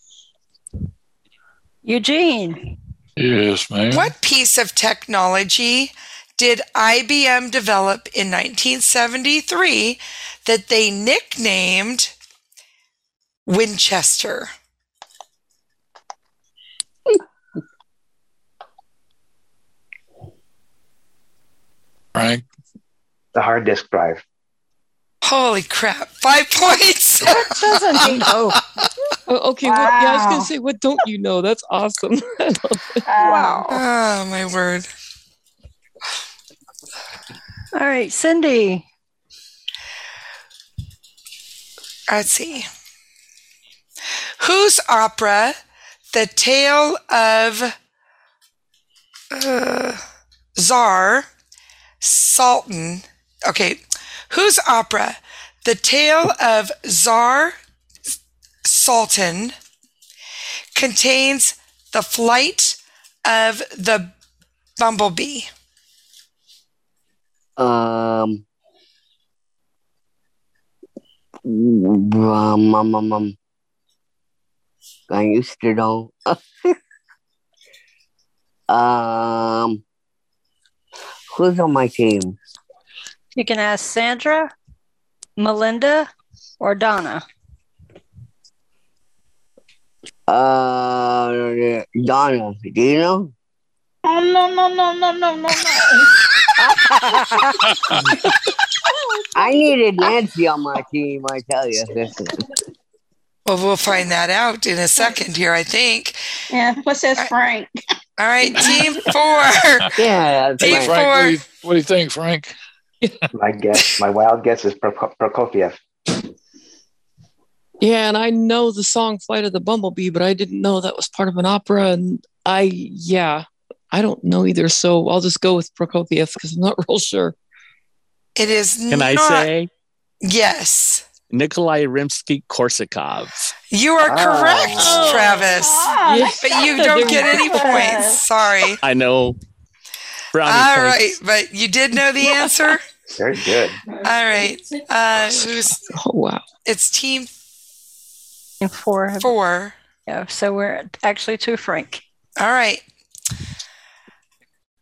[SPEAKER 3] Eugene.
[SPEAKER 1] Yes, ma'am.
[SPEAKER 4] What piece of technology did IBM develop in 1973 that they nicknamed Winchester?
[SPEAKER 1] Frank?
[SPEAKER 23] The hard disk drive.
[SPEAKER 4] Holy crap! Five points.
[SPEAKER 3] Doesn't he know?
[SPEAKER 24] Oh, okay. What, yeah, I was going to say, what don't you know? That's awesome. I love it.
[SPEAKER 4] wow. Oh my word.
[SPEAKER 3] All right, Cindy.
[SPEAKER 4] Let's see. Whose opera, The Tale of uh, Tsar Sultan? Okay, whose opera, The Tale of Tsar Sultan, contains the flight of the bumblebee?
[SPEAKER 8] Um. Um, um, um, um. I used to know. um, who's on my team?
[SPEAKER 3] You can ask Sandra, Melinda, or Donna.
[SPEAKER 8] Uh, Donna. Do you know?
[SPEAKER 17] Oh no no no no no no no!
[SPEAKER 8] I needed Nancy on my team. I tell you.
[SPEAKER 4] Well, we'll find that out in a second here, I think.
[SPEAKER 17] Yeah, what's this, Frank?
[SPEAKER 4] All right, team four.
[SPEAKER 8] yeah, that's
[SPEAKER 4] Team
[SPEAKER 8] right.
[SPEAKER 1] Frank, what do, you,
[SPEAKER 4] four.
[SPEAKER 1] what do you think, Frank?
[SPEAKER 23] My guess, my wild guess is Prok- Prokofiev.
[SPEAKER 24] Yeah, and I know the song "Flight of the Bumblebee," but I didn't know that was part of an opera. And I, yeah, I don't know either. So I'll just go with Prokofiev because I'm not real sure.
[SPEAKER 4] It is
[SPEAKER 20] Can I
[SPEAKER 4] not-
[SPEAKER 20] say
[SPEAKER 4] Yes.
[SPEAKER 20] Nikolai Rimsky Korsakov?
[SPEAKER 4] You are correct,
[SPEAKER 20] Oh.
[SPEAKER 4] Travis.
[SPEAKER 20] Yes.
[SPEAKER 4] But you don't get any points. Sorry.
[SPEAKER 20] I know. Brownie
[SPEAKER 4] All
[SPEAKER 20] points.
[SPEAKER 4] right, but you did know the answer.
[SPEAKER 23] Very good.
[SPEAKER 4] All right. Uh, who's,
[SPEAKER 24] Oh wow.
[SPEAKER 4] it's team
[SPEAKER 3] And four.
[SPEAKER 4] four.
[SPEAKER 3] Yeah, so we're actually to Frank.
[SPEAKER 4] All right.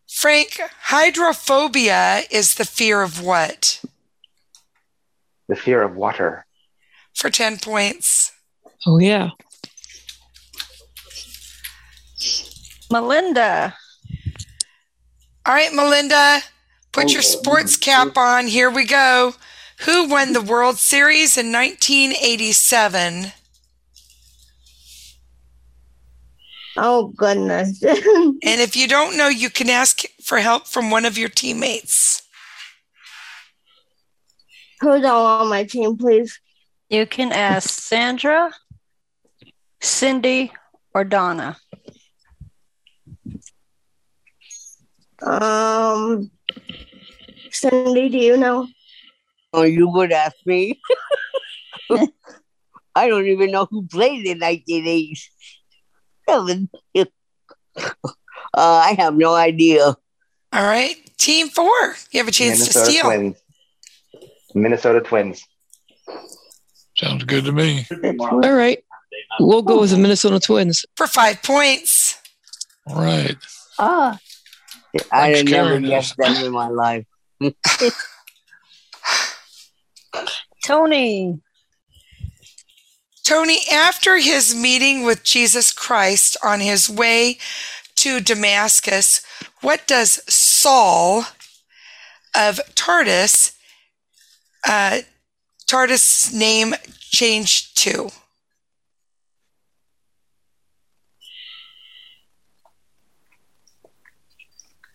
[SPEAKER 4] Frank, hydrophobia is the fear of what?
[SPEAKER 23] The fear of water.
[SPEAKER 4] For 10 points.
[SPEAKER 24] Oh yeah.
[SPEAKER 3] Melinda.
[SPEAKER 4] All right, Melinda, put your sports cap on. Here we go. Who won the World Series in 1987?
[SPEAKER 22] Oh, goodness.
[SPEAKER 4] And if you don't know, you can ask for help from one of your teammates.
[SPEAKER 22] Who's all on my team, please?
[SPEAKER 3] You can ask Sandra, Cindy, or Donna.
[SPEAKER 22] Um,
[SPEAKER 9] Cindy, do you know?
[SPEAKER 8] Oh, you would ask me. I don't even know who played in 1987. uh, I have no idea.
[SPEAKER 4] All right, team four, you have a chance to
[SPEAKER 23] Minnesota
[SPEAKER 4] steal.
[SPEAKER 23] Twins. Minnesota Twins.
[SPEAKER 1] Sounds good to me.
[SPEAKER 24] All right. We'll go with the Minnesota Twins.
[SPEAKER 4] for five points.
[SPEAKER 1] All right.
[SPEAKER 8] Ah. I
[SPEAKER 1] Thanks,
[SPEAKER 8] never
[SPEAKER 1] Karen.
[SPEAKER 8] guessed them in my life.
[SPEAKER 4] Tony. Tony, after his meeting with Jesus Christ on his way to Damascus, what does Saul of Tartus, uh, Tartus' name change to?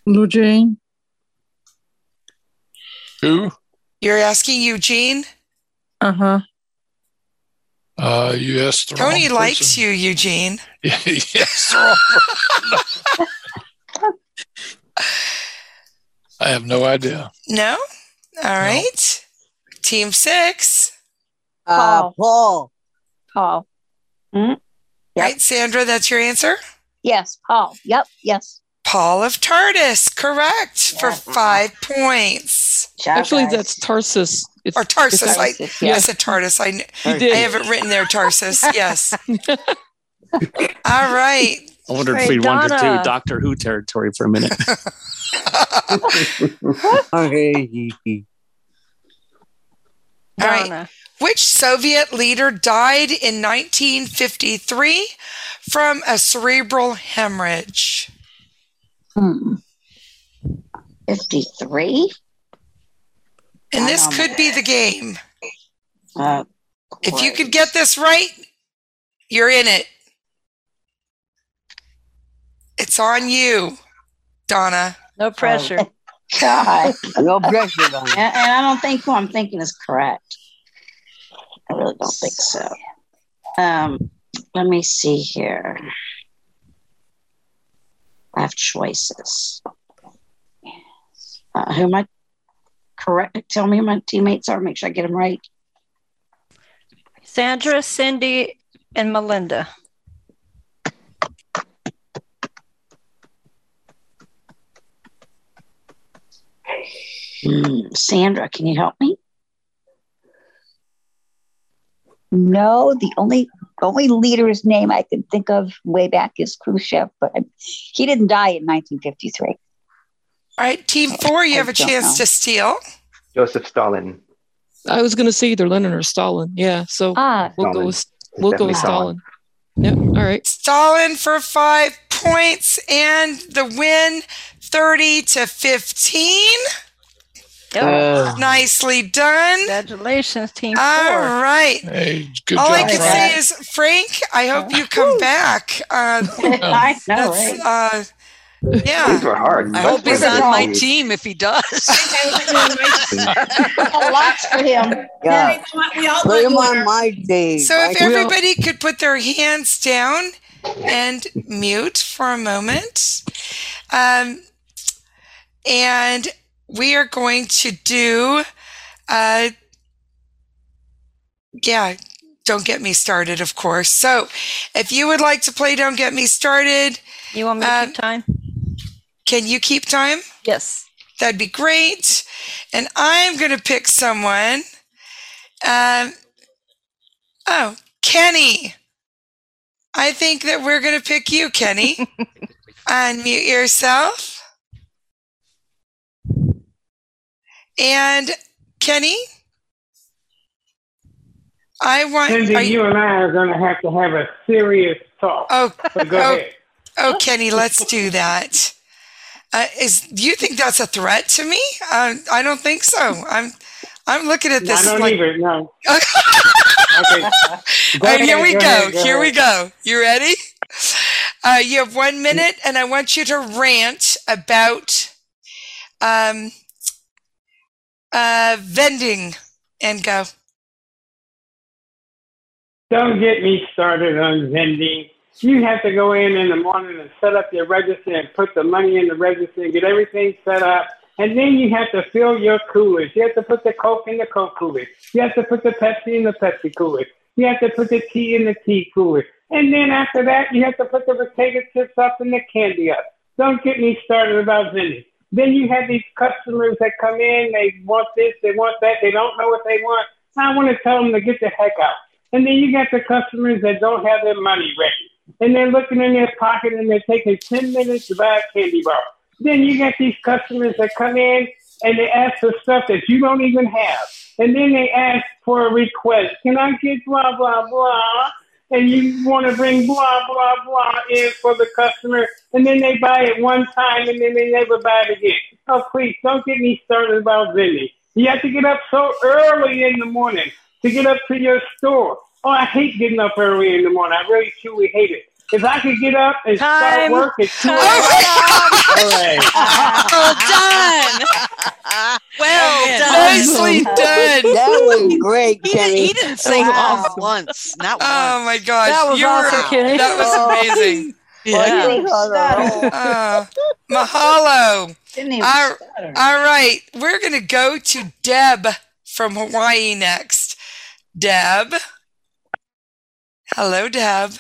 [SPEAKER 19] Lou Jean.
[SPEAKER 1] Who?
[SPEAKER 4] You're asking Eugene?
[SPEAKER 19] Uh huh.
[SPEAKER 1] Uh, you asked the
[SPEAKER 4] Tony
[SPEAKER 1] wrong
[SPEAKER 4] likes you, Eugene.
[SPEAKER 1] person. yes, wrong person. I have no idea.
[SPEAKER 4] No? All right. Team six.
[SPEAKER 8] Uh, Paul.
[SPEAKER 9] Paul. Mm-hmm.
[SPEAKER 4] Right, Sandra, that's your answer?
[SPEAKER 9] Yes, Paul. Yep, yes.
[SPEAKER 4] Paul of Tardis, correct,
[SPEAKER 8] Mm-hmm.
[SPEAKER 4] for five points.
[SPEAKER 24] Actually, that's Tarsus. It's,
[SPEAKER 4] or Tarsus.
[SPEAKER 24] it's-
[SPEAKER 4] I,
[SPEAKER 24] yeah.
[SPEAKER 4] I said Tardis. I,
[SPEAKER 24] You
[SPEAKER 4] I
[SPEAKER 24] did.
[SPEAKER 4] have it written there, Tarsus. Yes. All right.
[SPEAKER 20] I wondered if
[SPEAKER 4] Right,
[SPEAKER 20] we'd wander
[SPEAKER 4] Donna.
[SPEAKER 20] to Doctor Who territory for a minute.
[SPEAKER 4] All right. Which Soviet leader died in 1953 from a cerebral hemorrhage?
[SPEAKER 9] Hmm. 53?
[SPEAKER 4] And this
[SPEAKER 9] Um,
[SPEAKER 4] could be the game.
[SPEAKER 9] Uh,
[SPEAKER 4] If you could get this right, you're in it. It's on you, Donna.
[SPEAKER 3] No pressure.
[SPEAKER 9] Oh, God.
[SPEAKER 8] no pressure on
[SPEAKER 9] and, and I don't think who I'm thinking is correct. I really don't think so. Um, let me see here. I have choices. Uh, who am I correct? Tell me who my teammates are. Make sure I get them right.
[SPEAKER 3] Sandra, Cindy, and Melinda.
[SPEAKER 9] Hmm, Sandra, can you help me?
[SPEAKER 16] No, the only only leader's name I can think of way back is Khrushchev, but I, he didn't die in 1953.
[SPEAKER 4] All right, team four, you
[SPEAKER 16] Oh, I
[SPEAKER 4] have a
[SPEAKER 16] don't
[SPEAKER 4] chance
[SPEAKER 16] know.
[SPEAKER 4] to steal.
[SPEAKER 23] Joseph Stalin.
[SPEAKER 24] I was going to say either Lenin or Stalin. Yeah. So
[SPEAKER 16] Ah.
[SPEAKER 24] we'll go
[SPEAKER 23] Stalin.
[SPEAKER 24] with we'll go
[SPEAKER 23] definitely
[SPEAKER 24] with Stalin.
[SPEAKER 23] Stalin.
[SPEAKER 24] Yep. All right.
[SPEAKER 4] Stalin for five points and the win 30 to 15.
[SPEAKER 3] Yep. Oh.
[SPEAKER 4] Nicely done.
[SPEAKER 3] Congratulations, team
[SPEAKER 4] All
[SPEAKER 3] four.
[SPEAKER 4] right.
[SPEAKER 1] Hey, good
[SPEAKER 4] All I
[SPEAKER 1] job,
[SPEAKER 4] can
[SPEAKER 1] Frank.
[SPEAKER 4] say is, Frank, I hope you come back. Uh,
[SPEAKER 9] I know,
[SPEAKER 4] that's, uh, yeah.
[SPEAKER 23] These were hard.
[SPEAKER 4] I
[SPEAKER 23] Much
[SPEAKER 4] hope he's
[SPEAKER 23] better
[SPEAKER 4] on
[SPEAKER 23] than
[SPEAKER 4] my
[SPEAKER 23] these.
[SPEAKER 12] Team, if he does.
[SPEAKER 9] got lots for him.
[SPEAKER 8] Yeah.
[SPEAKER 9] We all
[SPEAKER 8] Put
[SPEAKER 9] want
[SPEAKER 8] him
[SPEAKER 9] you
[SPEAKER 8] on my team.
[SPEAKER 4] So if
[SPEAKER 8] I-
[SPEAKER 4] everybody could put their hands down and mute for a moment. Um, and we are going to do, uh, yeah, don't get me started, of course. So if you would like to play Don't Get Me Started, um,
[SPEAKER 3] you want me to keep time?
[SPEAKER 4] Can you keep time?
[SPEAKER 3] Yes.
[SPEAKER 4] That'd be great. And I'm going to pick someone. Um, oh, Kenny. I think that we're going to pick you, Kenny. Unmute yourself. And Kenny, I want.
[SPEAKER 13] Cindy,
[SPEAKER 4] are
[SPEAKER 13] you, and I are going to have to have a serious talk.
[SPEAKER 4] Oh,
[SPEAKER 13] but go
[SPEAKER 4] oh,
[SPEAKER 13] ahead.
[SPEAKER 4] oh, Kenny, let's do that. Uh, is do you think that's a threat to me? Um, I don't think so. I'm I'm looking at this.
[SPEAKER 13] I don't
[SPEAKER 4] like,
[SPEAKER 13] either. No.
[SPEAKER 4] okay.
[SPEAKER 13] Go ahead,
[SPEAKER 4] here we
[SPEAKER 13] go
[SPEAKER 4] go.
[SPEAKER 13] ahead, go
[SPEAKER 4] here we
[SPEAKER 13] ahead.
[SPEAKER 4] go. You ready? Uh, you have one minute, and I want you to rant about um, uh, vending and go.
[SPEAKER 13] Don't get me started on vending. You have to go in in the morning and set up your register and put the money in the register and get everything set up and then you have to fill your coolers. You have to put the Coke in the Coke cooler. You have to put the Pepsi in the Pepsi cooler. You have to put the tea in the tea cooler. And then after that, you have to put the potato chips up and the candy up. Don't get me started about Zinni. Then you have these customers that come in, they want this, they want that, they don't know what they want. I want to tell them to get the heck out. And then you got the customers that don't have their money ready. And they're looking in their pocket and they're taking 10 minutes to buy a candy bar. Then you got these customers that come in and they ask for stuff that you don't even have. And then they ask for a request. Can I get blah, blah, blah? And you want to bring blah, blah, blah in for the customer. And then they buy it one time and then they never buy it again. Oh, please, don't get me started about Vinny. You have to get up so early in the morning to get up to your store. Oh, I hate getting up early in the morning. I really truly hate it. If I could get up and start
[SPEAKER 2] Time.
[SPEAKER 13] work at two
[SPEAKER 2] Time.
[SPEAKER 13] o'clock, all right.
[SPEAKER 4] oh,
[SPEAKER 2] Well done.
[SPEAKER 12] Well
[SPEAKER 2] Nicely done.
[SPEAKER 8] Oh, That was great,
[SPEAKER 12] He,
[SPEAKER 8] Kenny.
[SPEAKER 12] did, he didn't say off once. Not once.
[SPEAKER 4] Oh my gosh.
[SPEAKER 12] That was
[SPEAKER 4] you
[SPEAKER 12] awesome, Kenny. Oh.
[SPEAKER 4] That was amazing.
[SPEAKER 12] Yeah.
[SPEAKER 4] yeah. Uh, mahalo.
[SPEAKER 9] Didn't even
[SPEAKER 4] all, all right. We're going to go to Deb from Hawaii next. Deb. Hello, Deb.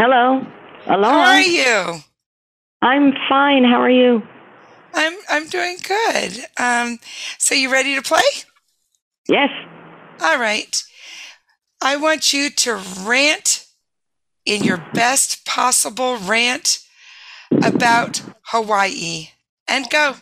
[SPEAKER 7] Hello. Hello.
[SPEAKER 4] How are you?
[SPEAKER 7] I'm fine. How are you?
[SPEAKER 4] I'm I'm doing good. Um, so you ready to play?
[SPEAKER 7] Yes.
[SPEAKER 4] All right. I want you to rant in your best possible rant about Hawaii and go.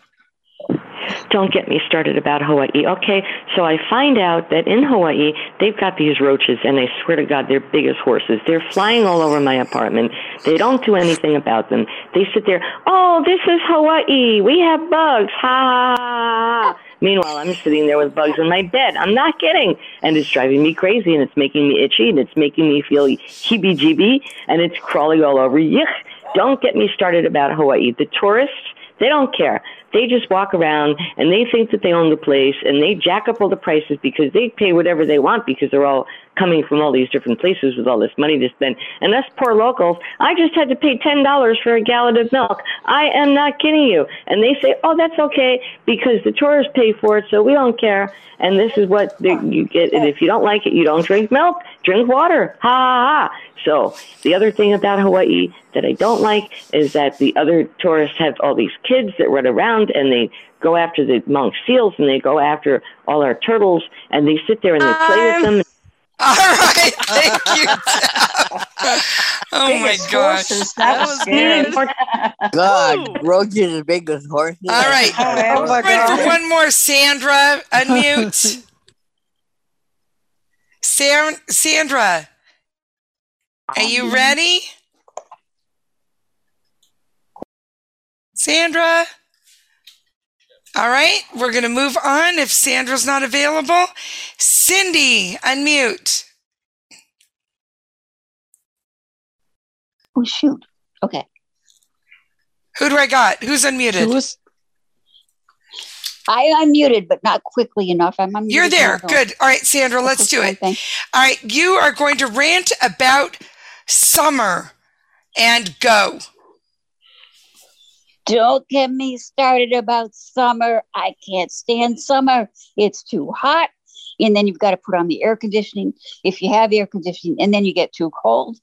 [SPEAKER 7] Don't get me started about Hawaii. Okay, so I find out that in Hawaii, they've got these roaches, and I swear to God, they're big as horses. They're flying all over my apartment. They don't do anything about them. They sit there, oh, this is Hawaii. We have bugs. Ha ha ha. Meanwhile, I'm sitting there with bugs in my bed. I'm not kidding. And it's driving me crazy, and it's making me itchy, and it's making me feel heebie jeebie, and it's crawling all over. Yuck. Don't get me started about Hawaii. The tourists, They don't care. They just walk around and they think that they own the place and they jack up all the prices because they pay whatever they want because they're all coming from all these different places with all this money to spend. And us poor locals, I just had to pay $10 for a gallon of milk. I am not kidding you. And they say, oh, that's okay because the tourists pay for it, so we don't care. And this is what they, you get. And if you don't like it, you don't drink milk, drink water. Ha ha ha. So the other thing about Hawaii that I don't like is that the other tourists have all these kids that run around and they go after the monk seals and they go after all our turtles and they sit there and they play with them.
[SPEAKER 4] Oh my
[SPEAKER 8] Biggest
[SPEAKER 4] gosh.
[SPEAKER 8] horses, that was good. God, roaches as big as horses.
[SPEAKER 4] All right.
[SPEAKER 8] Oh my
[SPEAKER 4] We're in for
[SPEAKER 8] God.
[SPEAKER 4] one more, Sandra. Unmute. San- Sandra, are you ready? Sandra? All right, we're going to move on if Sandra's not available. Cindy, unmute.
[SPEAKER 16] Oh shoot. Okay.
[SPEAKER 4] Who do I got? Who's unmuted?
[SPEAKER 16] I unmuted, but not quickly enough. I'm unmuted.
[SPEAKER 4] You're there. Good. All right, Sandra, let's do it. All right, you are going to rant about summer and go.
[SPEAKER 16] Don't get me started about summer. I can't stand summer. It's too hot. And then you've got to put on the air conditioning if you have air conditioning. And then you get too cold.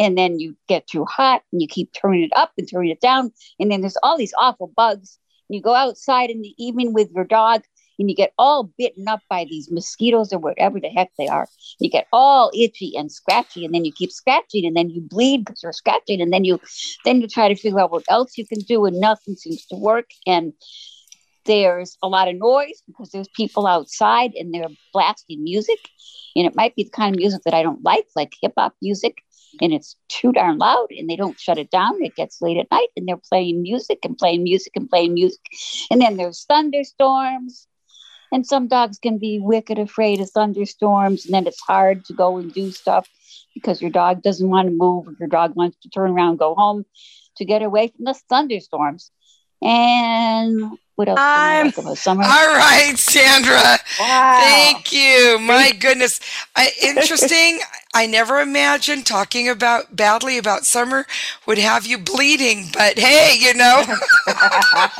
[SPEAKER 16] And then you get too hot and you keep turning it up and turning it down. And then there's all these awful bugs. You go outside in the evening with your dog and you get all bitten up by these mosquitoes or whatever the heck they are. You get all itchy and scratchy, and then you keep scratching, and then you bleed because you're scratching, and then you then you try to figure out what else you can do, and nothing seems to work. And there's a lot of noise because there's people outside and they're blasting music, and it might be the kind of music that I don't like, like hip hop music. And it's too darn loud, and they don't shut it down. It gets late at night, and they're playing music and playing music and playing music. And then there's thunderstorms, and some dogs can be wicked afraid of thunderstorms, and then it's hard to go and do stuff because your dog doesn't want to move, or your dog wants to turn around and go home to get away from the thunderstorms. And what else? Time. Like about summer?
[SPEAKER 4] All right, Sandra. Thank you. My goodness. I, interesting. I never imagined talking about badly about summer would have you bleeding, but hey, you know.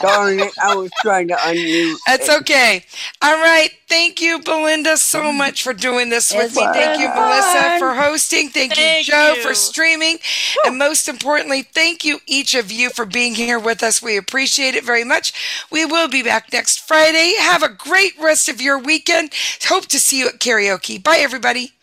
[SPEAKER 8] Sorry, I was trying to unmute.
[SPEAKER 4] That's okay. All right. Thank you, Belinda, so much for doing this with
[SPEAKER 8] It's
[SPEAKER 4] me. Thank you,
[SPEAKER 8] fun.
[SPEAKER 4] Melissa, for hosting. Thank,
[SPEAKER 10] Thank
[SPEAKER 4] you, Joe,
[SPEAKER 10] you.
[SPEAKER 4] for streaming. And most importantly, thank you, each of you, for being here with us. We appreciate it very much. We will be back next Friday. Have a great rest of your weekend. Hope to see you at karaoke. Bye, everybody.